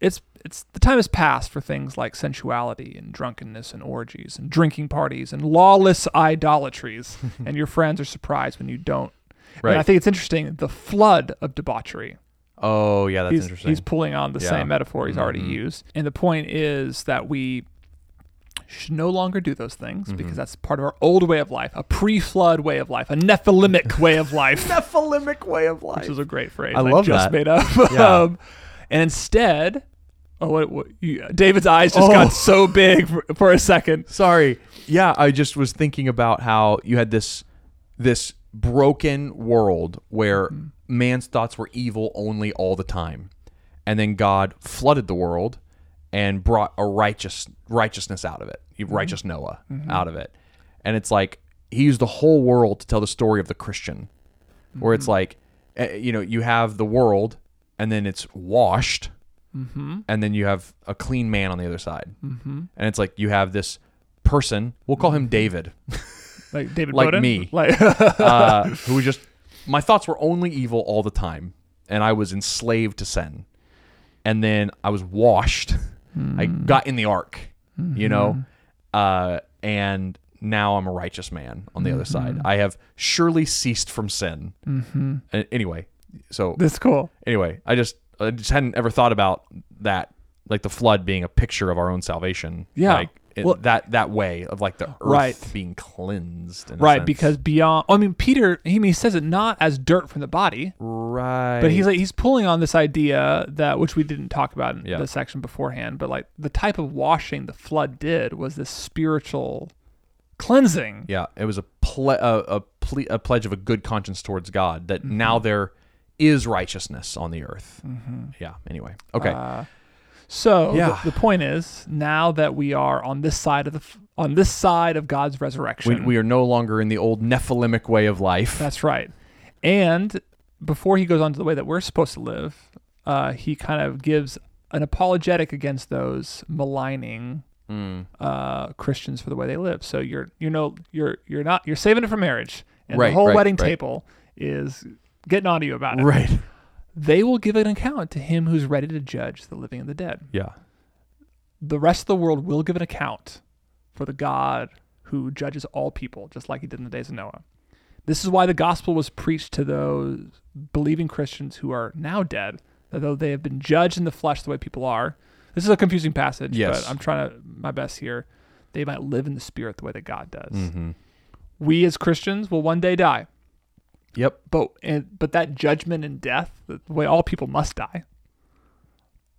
it's it's the time has passed for things like sensuality and drunkenness and orgies and drinking parties and lawless idolatries. and your friends are surprised when you don't. And I Right. think it's interesting the flood of debauchery oh, yeah. That's he's, interesting. he's pulling on the Yeah. Mm-hmm. same metaphor he's already used. And the point is that we should no longer do those things Mm-hmm. because that's part of our old way of life, a pre flood way of life, a Nephilimic way of life, Nephilimic way of life. which is a great phrase. I love that. just made up. Yeah. um, and instead, oh, what, what, you, David's eyes just Oh. got so big for, for a second. Sorry. Yeah, I just was thinking about how you had this this broken world where man's thoughts were evil only all the time. And then God flooded the world and brought a righteous righteousness out of it. Righteous Noah out of it. And it's like he used the whole world to tell the story of the Christian where it's like eh, you know you have the world and then it's washed and then you have a clean man on the other side mm-hmm. and it's like you have this person we'll call him david Like David Like Bowden? me. Like, uh, who was just my thoughts were only evil all the time and i was enslaved to sin and then i was washed i got in the ark you know uh, and now i'm a righteous man on the other side i have surely ceased from sin mm-hmm. anyway So That's cool. anyway, I just I just hadn't ever thought about that, like the flood being a picture of our own salvation. Yeah. like in Well- that that way of like the earth Right. being cleansed. In a Right, sense. because beyond, I mean, Peter, he, I mean, he says it not as dirt from the body, right, but he's like he's pulling on this idea that which we didn't talk about in Yeah. the section beforehand, but like the type of washing the flood did was this spiritual cleansing. yeah, it was a ple- a a, ple- a pledge of a good conscience towards God that Mm-hmm. now there is righteousness on the earth. Mm-hmm. Yeah. Anyway, okay. Ah. So Yeah. the, the point is, now that we are on this side of the f- on this side of God's resurrection, we, we are no longer in the old Nephilimic way of life. That's right. And before he goes on to the way that we're supposed to live, uh, he kind of gives an apologetic against those maligning Hmm. uh, Christians for the way they live. So you're you know you're you're not you're saving it for marriage, and Right, the whole right, wedding right. table is getting on to you about it. right. They will give an account to him who's ready to judge the living and the dead. Yeah. The rest of the world will give an account for the God who judges all people, just like he did in the days of Noah. This is why the gospel was preached to those believing Christians who are now dead, that though they have been judged in the flesh the way people are. This is a confusing passage, Yes. but I'm trying to my best here. They might live in the spirit the way that God does. We as Christians will one day die, Yep. but and but that judgment and death, the way all people must die,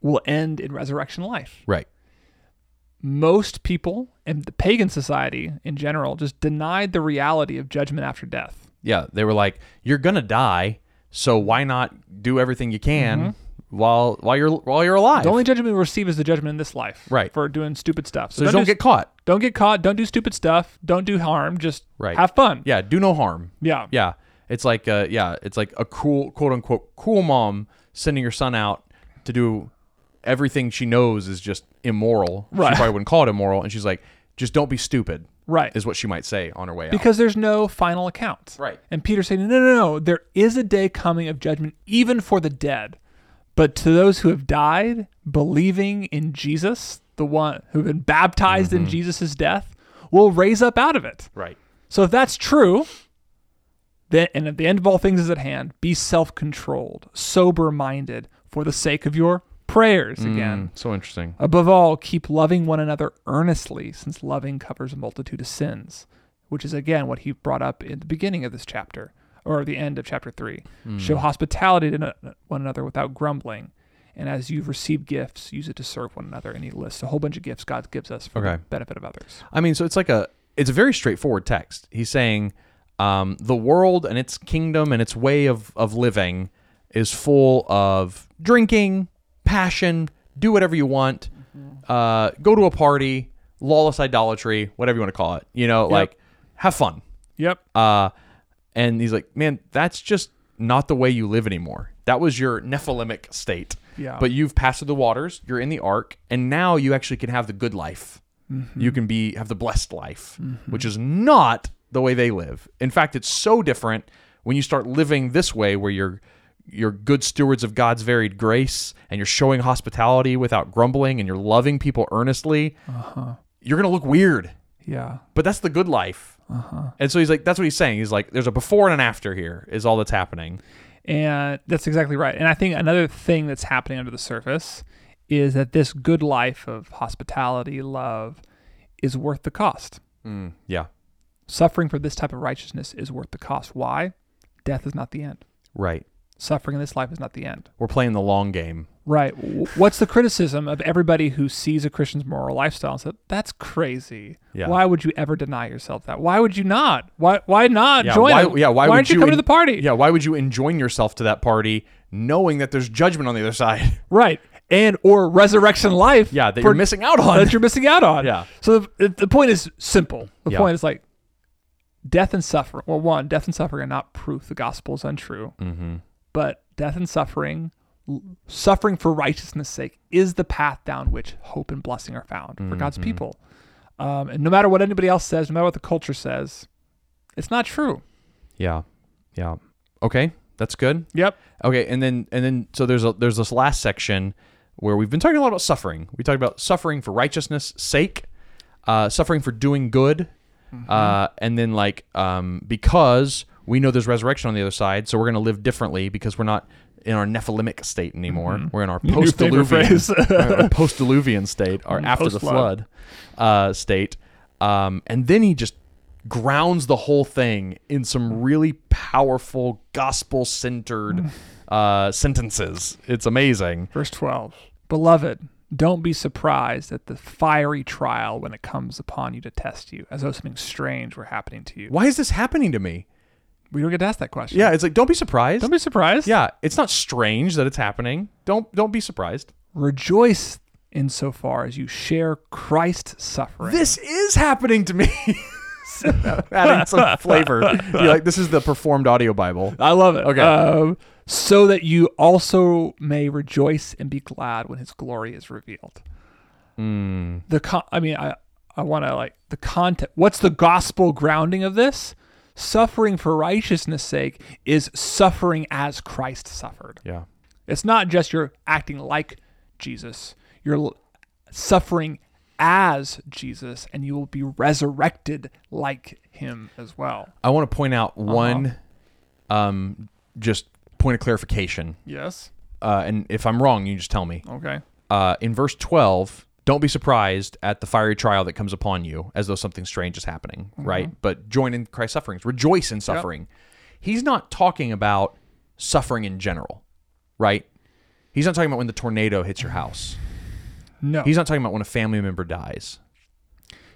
will end in resurrection life Right. most people and the pagan society in general just denied the reality of judgment after death. Yeah. They were like, "You're gonna die, so why not do everything you can while while you're while you're alive? Mm-hmm. The only judgment we receive is the judgment in this life, Right. For doing stupid stuff. so just don't get caught. don't get caught. Don't do stupid stuff. Don't do harm. Just Right. have fun. Yeah. Do no harm. yeah, Yeah. It's like uh yeah, it's like a cool quote unquote cool mom sending your son out to do everything she knows is just immoral. Right. She probably wouldn't call it immoral, and she's like, "Just don't be stupid," right. is what she might say on her way out. because there's no final account. Right. And Peter's saying, no, no, no. There is a day coming of judgment, even for the dead. But to those who have died believing in Jesus, the one who've been baptized Mm-hmm. in Jesus' death, will raise up out of it. right. So if that's true, then and at the end of all things is at hand, be self-controlled, sober-minded for the sake of your prayers again. So interesting. Above all, keep loving one another earnestly, since loving covers a multitude of sins, which is again what he brought up in the beginning of this chapter, or the end of chapter 3. Show hospitality to no- one another without grumbling. And as you've received gifts, use it to serve one another. And he lists a whole bunch of gifts God gives us for Okay. the benefit of others. I mean, so it's like a it's a very straightforward text. He's saying um, the world and its kingdom and its way of of living is full of drinking, passion, do whatever you want, uh, go to a party, lawless idolatry, whatever you want to call it. You know, like have fun. Yep. Uh, and he's like, man, that's just not the way you live anymore. That was your Nephilimic state. Yeah. But you've passed through the waters, you're in the ark, and now you actually can have the good life. You can be have the blessed life, which is not the way they live. In fact, it's so different when you start living this way where you're you're good stewards of God's varied grace and you're showing hospitality without grumbling and you're loving people earnestly. You're going to look weird Yeah. but that's the good life. Uh-huh. And so he's like, that's what he's saying. He's like, there's a before and an after here is all that's happening. And that's exactly right. And I think another thing that's happening under the surface is that this good life of hospitality, love, is worth the cost. Yeah. Suffering for this type of righteousness is worth the cost. Why? Death is not the end. Right. Suffering in this life is not the end. We're playing the long game. Right. W- What's the criticism of everybody who sees a Christian's moral lifestyle and says, that's crazy. Yeah. Why would you ever deny yourself that? Why would you not? Why, why not join why, it? yeah, why, would aren't you, coming to en- the party? Yeah. Why would you enjoin yourself to that party knowing that there's judgment on the other side? Right. And or resurrection life. Yeah. That for- you're missing out on. that you're missing out on. Yeah. So the, the point is simple. The Yeah. point is like death and suffering. Well, one, death and suffering are not proof the gospel is untrue, Mm-hmm. but death and suffering, l- suffering for righteousness' sake, is the path down which hope and blessing are found for God's Mm-hmm. people. Um, and no matter what anybody else says, no matter what the culture says, it's not true. yeah. Yeah. Okay. That's good. Yep. Okay, and then and then so there's a there's this last section where we've been talking a lot about suffering. We talked about suffering for righteousness' sake, Mm-hmm. uh, suffering for doing good, uh, and then like um, because we know there's resurrection on the other side, so we're going to live differently because we're not in our Nephilim state anymore. We're in our Your Mm-hmm. new post diluvian, favorite phrase. our post diluvian state, our after the flood Mm, post-flood. uh, state. Um, and then he just grounds the whole thing in some really powerful gospel Mm. centered uh, sentences. It's amazing. Verse 12 Beloved, don't be surprised at the fiery trial when it comes upon you to test you, as though something strange were happening to you. Why is this happening to me? We don't get to ask that question. Yeah, it's like don't be surprised. Don't be surprised. yeah, it's not strange that it's happening. Don't don't be surprised. Rejoice insofar as you share Christ's suffering. This is happening to me. Adding some flavor. You're like, this is the performed audio Bible. I love it. Okay. Um, so that you also may rejoice and be glad when his glory is revealed. The con- I mean, I I want to like the content. What's the gospel grounding of this? Suffering for righteousness' sake is suffering as Christ suffered. Yeah. It's not just you're acting like Jesus. You're l- suffering as Jesus, and you will be resurrected like him as well. I want to point out one um just point of clarification. Yes. Uh, and if I'm wrong, you just tell me. Okay. Uh, in verse 12, don't be surprised at the fiery trial that comes upon you as though something strange is happening, right? But join in Christ's sufferings, rejoice in suffering. He's not talking about suffering in general, right? He's not talking about when the tornado hits your house. No. He's not talking about when a family member dies.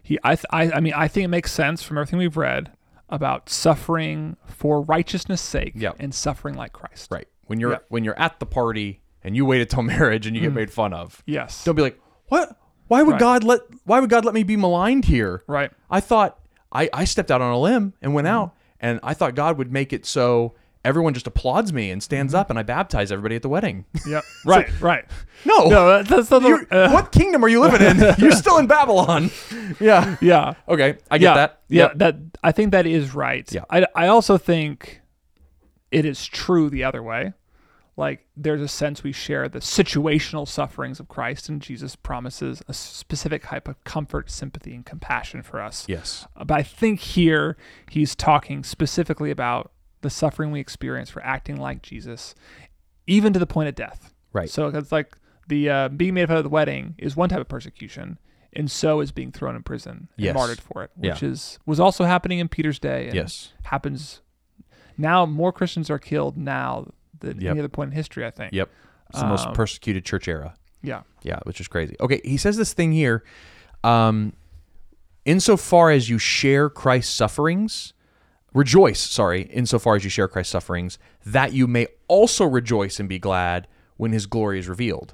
He, I, th- I, I mean, I think it makes sense from everything we've read about suffering for righteousness' sake Yep. and suffering like Christ. Right. When you're Yeah. when you're at the party and you wait until marriage and you get made fun of. Yes. Don't be like, "What? Why would Right. God let why would God let me be maligned here?" Right. Mm-hmm. I thought I, I stepped out on a limb and went out, and I thought God would make it so everyone just applauds me and stands Mm-hmm. up and I baptize everybody at the wedding. Yep. right. right. no, No, that- that's not You're- the. Uh, what kingdom are you living in? You're still in Babylon. Yeah. yeah. Okay, I get yeah, that. Yeah, Yep. that I think that is right. Yeah. I, I also think it is true the other way. Like there's a sense we share the situational sufferings of Christ, and Jesus promises a specific type of comfort, sympathy, and compassion for us. Yes. But I think here he's talking specifically about the suffering we experience for acting like Jesus, even to the point of death. Right. So it's like the uh, being made fun of at the wedding is one type of persecution, and so is being thrown in prison and Yes. martyred for it, which Yeah. is was also happening in Peter's day. And Yes. Happens now. More Christians are killed now than Yep. any other point in history. I think. Yep. It's the Um, most persecuted church era. Yeah. Yeah, which is crazy. Okay, he says this thing here. Um, insofar as you share Christ's sufferings, rejoice, sorry, insofar as you share Christ's sufferings, that you may also rejoice and be glad when his glory is revealed.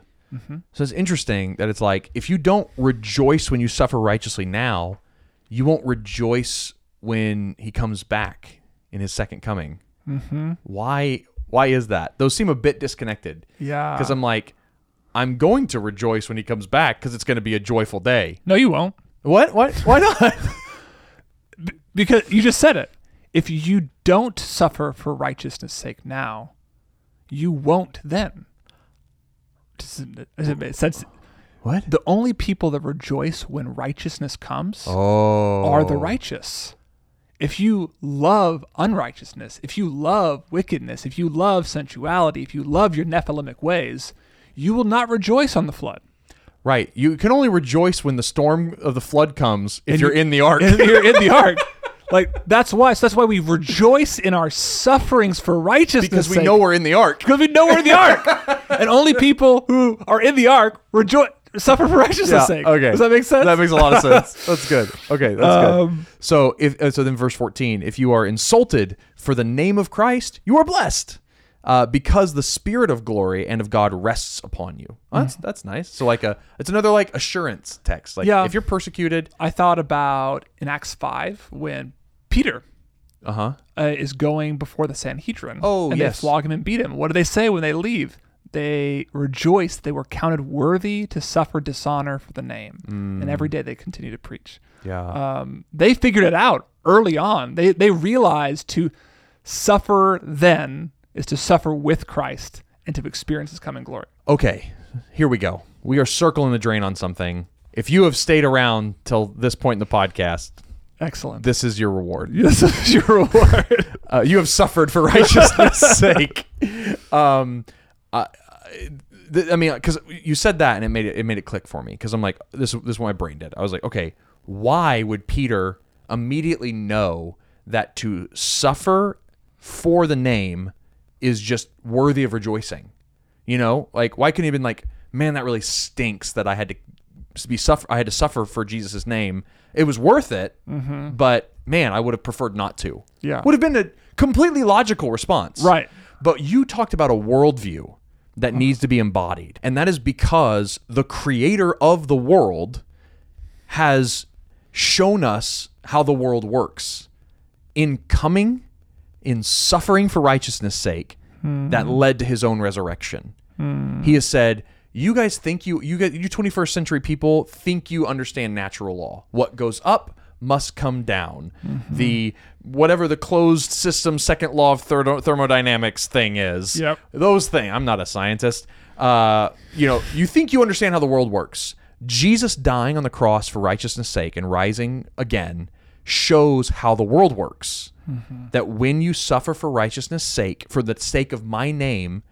So it's interesting that it's like, if you don't rejoice when you suffer righteously now, you won't rejoice when he comes back in his second coming. Mm-hmm. Why? Why is that? Those seem a bit disconnected Yeah. because I'm like, I'm going to rejoice when he comes back because it's going to be a joyful day. no, you won't. What? What? Why not? Because you just said it. If you don't suffer for righteousness' sake now, you won't then. Doesn't it- does it make sense? what? The only people that rejoice when righteousness comes Oh, are the righteous. If you love unrighteousness, if you love wickedness, if you love sensuality, if you love your Nephilimic ways, you will not rejoice on the flood. right. You can only rejoice when the storm of the flood comes if you're in the ark. You're in the ark. Like that's why. So that's why we rejoice in our sufferings for righteousness because we know we're in the ark. because we know we're in the ark, and only people who are in the ark rejoice, suffer for righteousness' sake. Okay. does that make sense? That makes a lot of sense. That's good. Okay, that's Um, good. So if uh, so then verse 14, if you are insulted for the name of Christ, you are blessed. Uh, because the spirit of glory and of God rests upon you. Oh, that's that's nice. So like a it's another like assurance text. Like Yeah. if you're persecuted, I thought about in Acts five when Peter uh-huh. uh, is going before the Sanhedrin. Oh, and yes. they flog him and beat him. What do they say when they leave? They rejoice. They were counted worthy to suffer dishonor for the name, Mm. and every day they continue to preach. Yeah. um, they figured it out early on. They they realized to suffer then is to suffer with Christ and to experience His coming glory. okay, here we go. We are circling the drain on something. If you have stayed around till this point in the podcast, Excellent. This is your reward. This is your reward. Uh, you have suffered for righteousness' sake. Um, I, I- th- I mean, because you said that, and it made it, it made it click for me. Because I'm like, this this is what my brain did. I was like, okay, why would Peter immediately know that to suffer for the name is just worthy of rejoicing? You know, like why couldn't he have been like, man, that really stinks that I had to be suffer. I had to suffer for Jesus' name. It was worth it, but man, I would have preferred not to. Yeah. would have been a completely logical response. Right. But you talked about a worldview that needs to be embodied. And that is because the creator of the world has shown us how the world works in coming, in suffering for righteousness' sake, that led to his own resurrection. He has said, "You guys think you you guys, you 21st century people think you understand natural law. What goes up must come down. The whatever the closed system second law of thermo- thermodynamics thing is. Yep. Those things. I'm not a scientist. Uh, you know, you think you understand how the world works. Jesus dying on the cross for righteousness' sake and rising again shows how the world works. That when you suffer for righteousness' sake, for the sake of my name,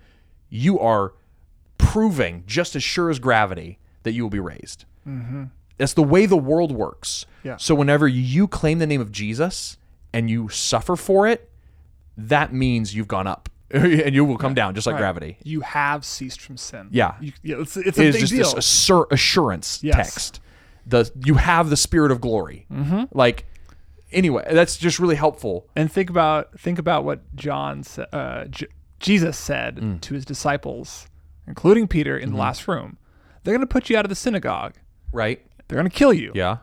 you are proving just as sure as gravity that you will be raised. That's the way the world works. Mm-hmm. Yeah. So whenever you claim the name of Jesus and you suffer for it, that means you've gone up and you will come down just like gravity. You have ceased from sin. Yeah. You, yeah it's, it's a It is big just deal. this assur- assurance Yes. text. The you have the spirit of glory. Mm-hmm. Like anyway, that's just really helpful. and think about think about what John sa- uh, J- Jesus said Mm. to his disciples, including Peter Mm-hmm. in the last room. They're going to put you out of the synagogue. Right? They're going to kill you. Yeah.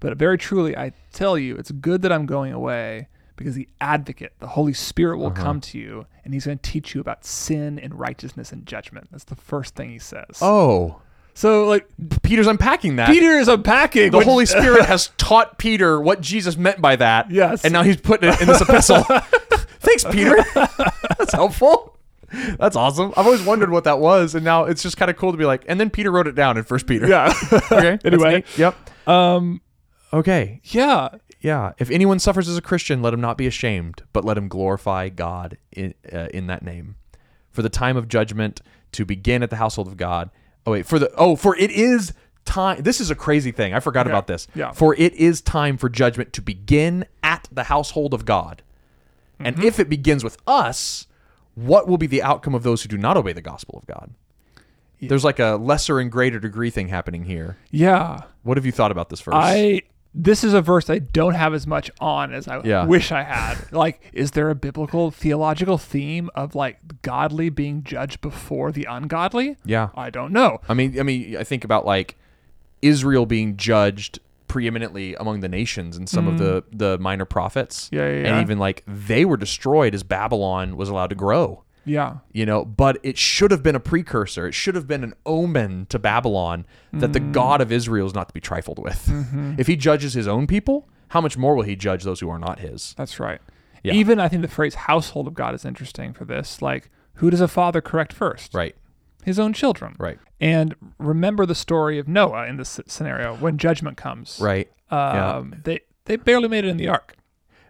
But very truly, I tell you, it's good that I'm going away because the advocate, the Holy Spirit, Uh-huh. will come to you and he's going to teach you about sin and righteousness and judgment. That's the first thing he says. Oh. So, like, Peter's unpacking that. Peter is unpacking the what- Holy Spirit has taught Peter what Jesus meant by that. Yes. And now he's putting it in this epistle. Thanks, Peter. That's helpful. That's awesome. I've always wondered what that was, and now it's just kind of cool to be like, and then Peter wrote it down in First Peter. Yeah. okay. that's Anyway. neat. Yep. um, Okay. yeah. Yeah. If anyone suffers as a Christian, let him not be ashamed, but let him glorify God in, uh, in that name. For the time of judgment to begin at the household of God. Oh wait, for the oh, for it is time. This is a crazy thing. I forgot about this. Yeah. For it is time for judgment to begin at the household of God. And Mm-hmm. if it begins with us, what will be the outcome of those who do not obey the gospel of God? There's like a lesser and greater degree thing happening here. Yeah. What have you thought about this verse? I. This is a verse I don't have as much on as I Yeah. wish I had. Like, is there a biblical theological theme of like godly being judged before the ungodly? yeah. Uh, I don't know. I mean, I mean, I think about like Israel being judged preeminently among the nations and some of the the minor prophets. Mm. Yeah, yeah, yeah. And even like they were destroyed as Babylon was allowed to grow. Yeah. You know, but it should have been a precursor. It should have been an omen to Babylon that Mm. the God of Israel is not to be trifled with. Mm-hmm. If he judges his own people, how much more will he judge those who are not his? That's right. Yeah. Even I think the phrase household of God is interesting for this. Like, who does a father correct first? Right. His own children. Right. And remember the story of Noah in this s- scenario when judgment comes. Right. Yeah. Um, They they barely made it in the ark.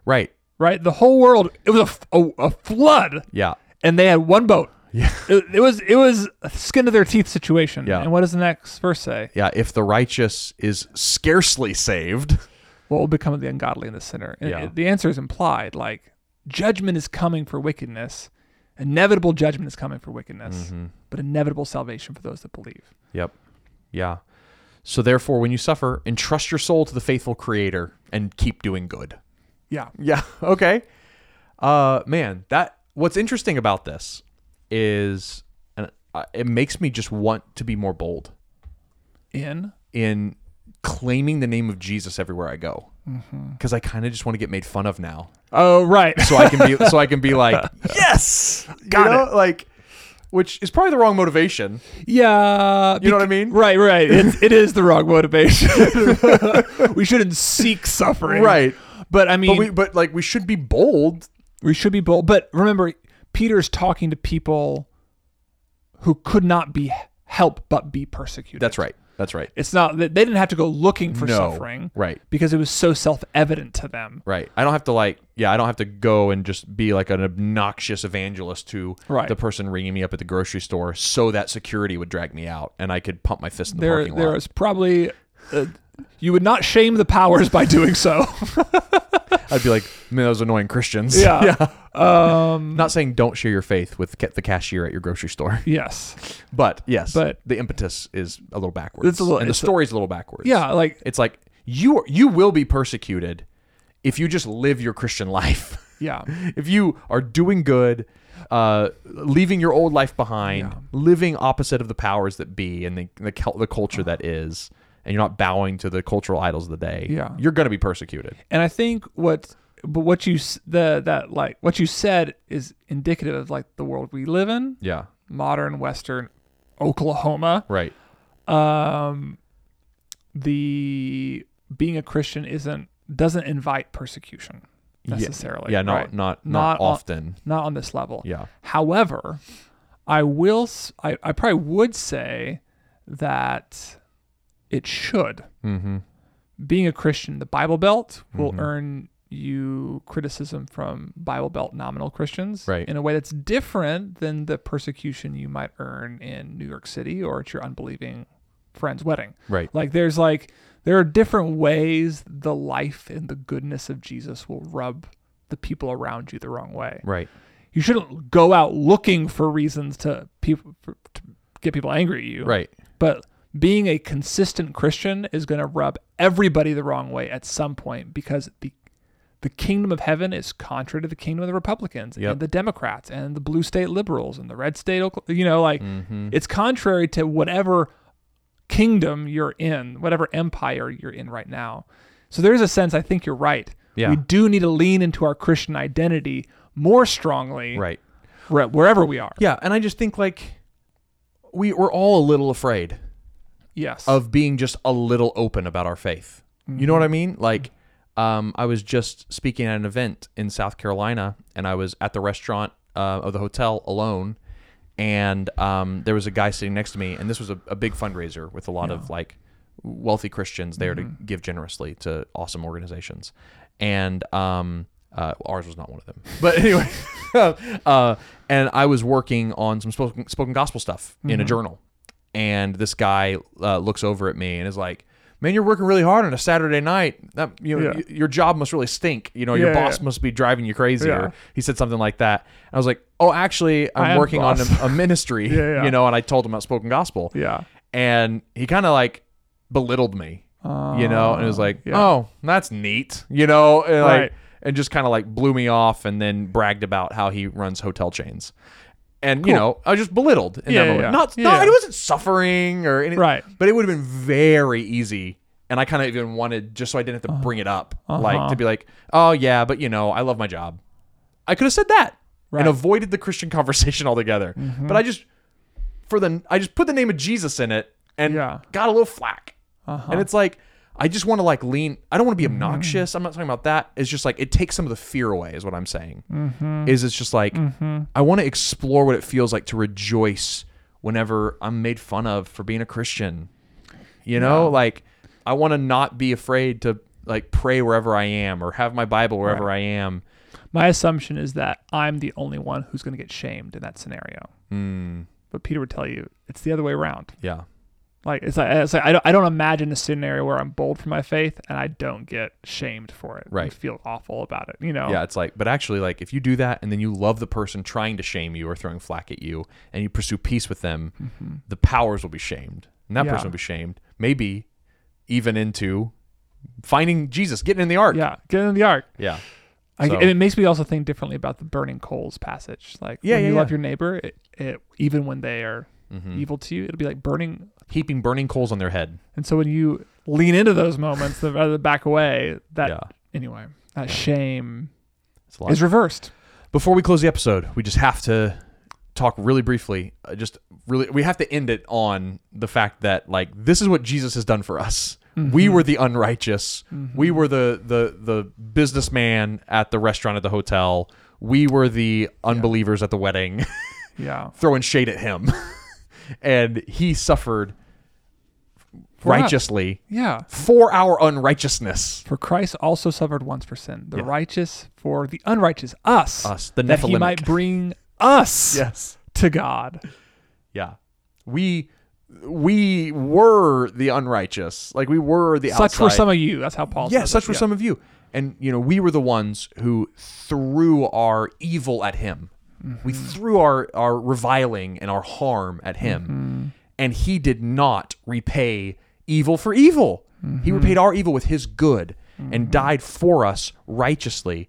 Right. Right. The whole world. It was a f- a, a flood, Yeah. and they had one boat. Yeah. It, it was it was a skin to their teeth situation. Yeah. And what does the next verse say? Yeah. If the righteous is scarcely saved. what will become of the ungodly and the sinner? And Yeah. it- the answer is implied. Like judgment is coming for wickedness, inevitable judgment is coming for wickedness, Mm-hmm. but inevitable salvation for those that believe. Yep. Yeah. So therefore, when you suffer, entrust your soul to the faithful Creator and keep doing good. Yeah, Yeah. Okay. Uh, man, that what's interesting about this is, and I- it makes me just want to be more bold in in claiming the name of Jesus everywhere I go, because I kind of just want to get made fun of now, oh right, so I can be, so I can be like, yes, got it, like, which is probably the wrong motivation. yeah. You know what I mean? Right, right. It's, it is the wrong motivation. we shouldn't seek suffering. Right. But I mean, But we, but like, we should be bold We should be bold. But remember, Peter's talking to people who could not be help but be persecuted. That's right. That's right. It's not that they didn't have to go looking for No. suffering Right. because it was so self-evident to them. Right. I don't have to like, yeah, I don't have to go and just be like an obnoxious evangelist to Right. the person ringing me up at the grocery store so that security would drag me out and I could pump my fist in the There, parking there lot. is probably uh, you would not shame the powers by doing so. I'd be like, man, those annoying Christians. yeah. Um. Not saying don't share your faith with ca- the cashier at your grocery store, Yes. but yes, But- the impetus is a little backwards. It's a little- and the it's a- story's a little backwards. Yeah. Like It's like you are, you will be persecuted if you just live your Christian life. yeah. if you are doing good, uh, leaving your old life behind, Yeah. living opposite of the powers that be and the the, cul- the culture that is, and you're not bowing to the cultural idols of the day, Yeah. you're going to be persecuted. And I think what, but what you s- the that like what you said is indicative of like the world we live in, Yeah, modern Western Oklahoma. right. Um, the being a Christian isn't doesn't invite persecution Yeah. necessarily. yeah, not right? not not, Not on- often. not on this level. yeah, However, I will. s- I, I probably would say that it should. mm-hmm. Being a Christian, the Bible Belt will earn you criticism from Bible Belt nominal Christians Right. in a way that's different than the persecution you might earn in New York City or at your unbelieving friend's wedding. right. Like there's like there are different ways the life and the goodness of Jesus will rub the people around you the wrong way Right. you shouldn't go out looking for reasons to people for, to get people angry at you. Right. But being a consistent Christian is going to rub everybody the wrong way at some point because the the kingdom of heaven is contrary to the kingdom of the Republicans Yep. and the Democrats and the blue state liberals and the red state, Okla- you know, like Mm-hmm. it's contrary to whatever kingdom you're in, whatever empire you're in right now. So there is a sense, I think you're right. Yeah. We do need to lean into our Christian identity more strongly Right. where- wherever we are. Yeah, and I just think like we we're all a little afraid. Yes. of being just a little open about our faith. You know what I mean? Like, um, I was just speaking at an event in South Carolina, and I was at the restaurant uh, of the hotel alone, and um, there was a guy sitting next to me, and this was a, a big fundraiser with a lot of like wealthy Christians there to give generously to awesome organizations, and um, uh, ours was not one of them. But anyway, uh, and I was working on some spoken, spoken gospel stuff in a journal, and this guy uh, looks over at me and is like, "Man, you're working really hard on a Saturday night. That you know, Yeah. y- your job must really stink. You know, your Yeah, boss yeah. must be driving you crazy." Yeah. Or he said something like that. And I was like, "Oh, actually, I I'm am working on a, boss." a ministry. Yeah, yeah. You know." And I told him about spoken gospel, yeah. and he kind of like belittled me. you know, and it was like, yeah. "Oh, that's neat." You know, and like. Right. And just kind of like blew me off, and then bragged about how he runs hotel chains, and you Cool. know I was just belittled in Yeah, that yeah, moment. yeah. Not, Yeah. not it wasn't suffering or anything, Right. But it would have been very easy, and I kind of even wanted just so I didn't Uh-huh. have to bring it up, like to be like, oh yeah, but you know I love my job. I could have said that Right. Mm-hmm. and avoided the Christian conversation altogether. But I just for the I just put the name of Jesus in it and Yeah. got a little flack, and it's like. I just want to like lean. I don't want to be obnoxious. I'm not talking about that. It's just like it takes some of the fear away, is what I'm saying. Is it's just like I want to explore what it feels like to rejoice whenever I'm made fun of for being a Christian. You know, like I want to not be afraid to like pray wherever I am or have my Bible wherever I am. My assumption is that I'm the only one who's going to get shamed in that scenario. Hmm. But Peter would tell you it's the other way around. Yeah. Like it's like, it's like I, don't, I don't imagine a scenario where I'm bold for my faith and I don't get shamed for it. and Right. feel awful about it. You know. Yeah, it's like, but actually, like, if you do that and then you love the person trying to shame you or throwing flack at you and you pursue peace with them, the powers will be shamed. And that Mm-hmm. Yeah. person will be shamed, maybe even into finding Jesus, getting in the ark. Yeah. Get in the ark. Yeah. I, So- and it makes me also think differently about the burning coals passage. Like Yeah, when yeah, you yeah. love Mm-hmm. your neighbor, it, it, even when they are evil to you, it'll be like burning. Heaping burning coals on their head. And so when you lean into those moments, the, rather than back away, that Yeah. anyway, that shame It's a lot. is reversed. Before we close the episode, we just have to talk really briefly. Uh, just really, we have to end it on the fact that like this is what Jesus has done for us. We were the unrighteous. We were the the the businessman at the restaurant at the hotel. We were the unbelievers at the wedding, Yeah. throwing shade at him, and he suffered We're not- righteously Yeah. for our unrighteousness. For Christ also suffered once for sin, the righteous for the unrighteous, us, Us, the that he Nephilim. might bring us Yes. to God. Yeah. We we were the unrighteous. Like we were the Such outside. were some of you. That's how Paul. yeah, says such it. were some of you. And you know, we were the ones who threw our evil at him. We Mm-hmm. threw our our reviling and our harm at him. Mm-hmm. And he did not repay evil for evil. Mm-hmm. He repaid our evil with his good and died for us righteously,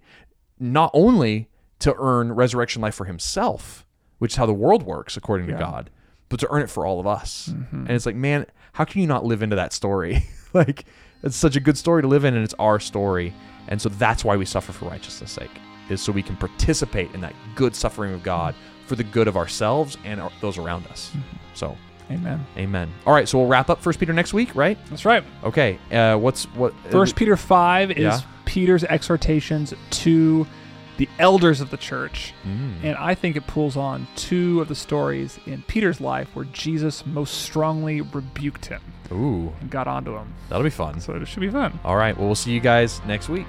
not only to earn resurrection life for himself, which is how the world works according to God, but to earn it for all of us. Mm-hmm. And it's like, man, how can you not live into that story? like, it's such a good story to live in, and it's our story. And so that's why we suffer for righteousness' sake, is so we can participate in that good suffering of God for the good of ourselves and our, those around us. Mm-hmm. So, Amen. amen. All right, so we'll wrap up First Peter next week, right? That's right. Okay. Uh, what's what? First Peter five is Yeah. Peter's exhortations to the elders of the church, Mm. and I think it pulls on two of the stories in Peter's life where Jesus most strongly rebuked him Ooh, and got onto him. that'll be fun. So it should be fun. All right. Well, we'll see you guys next week.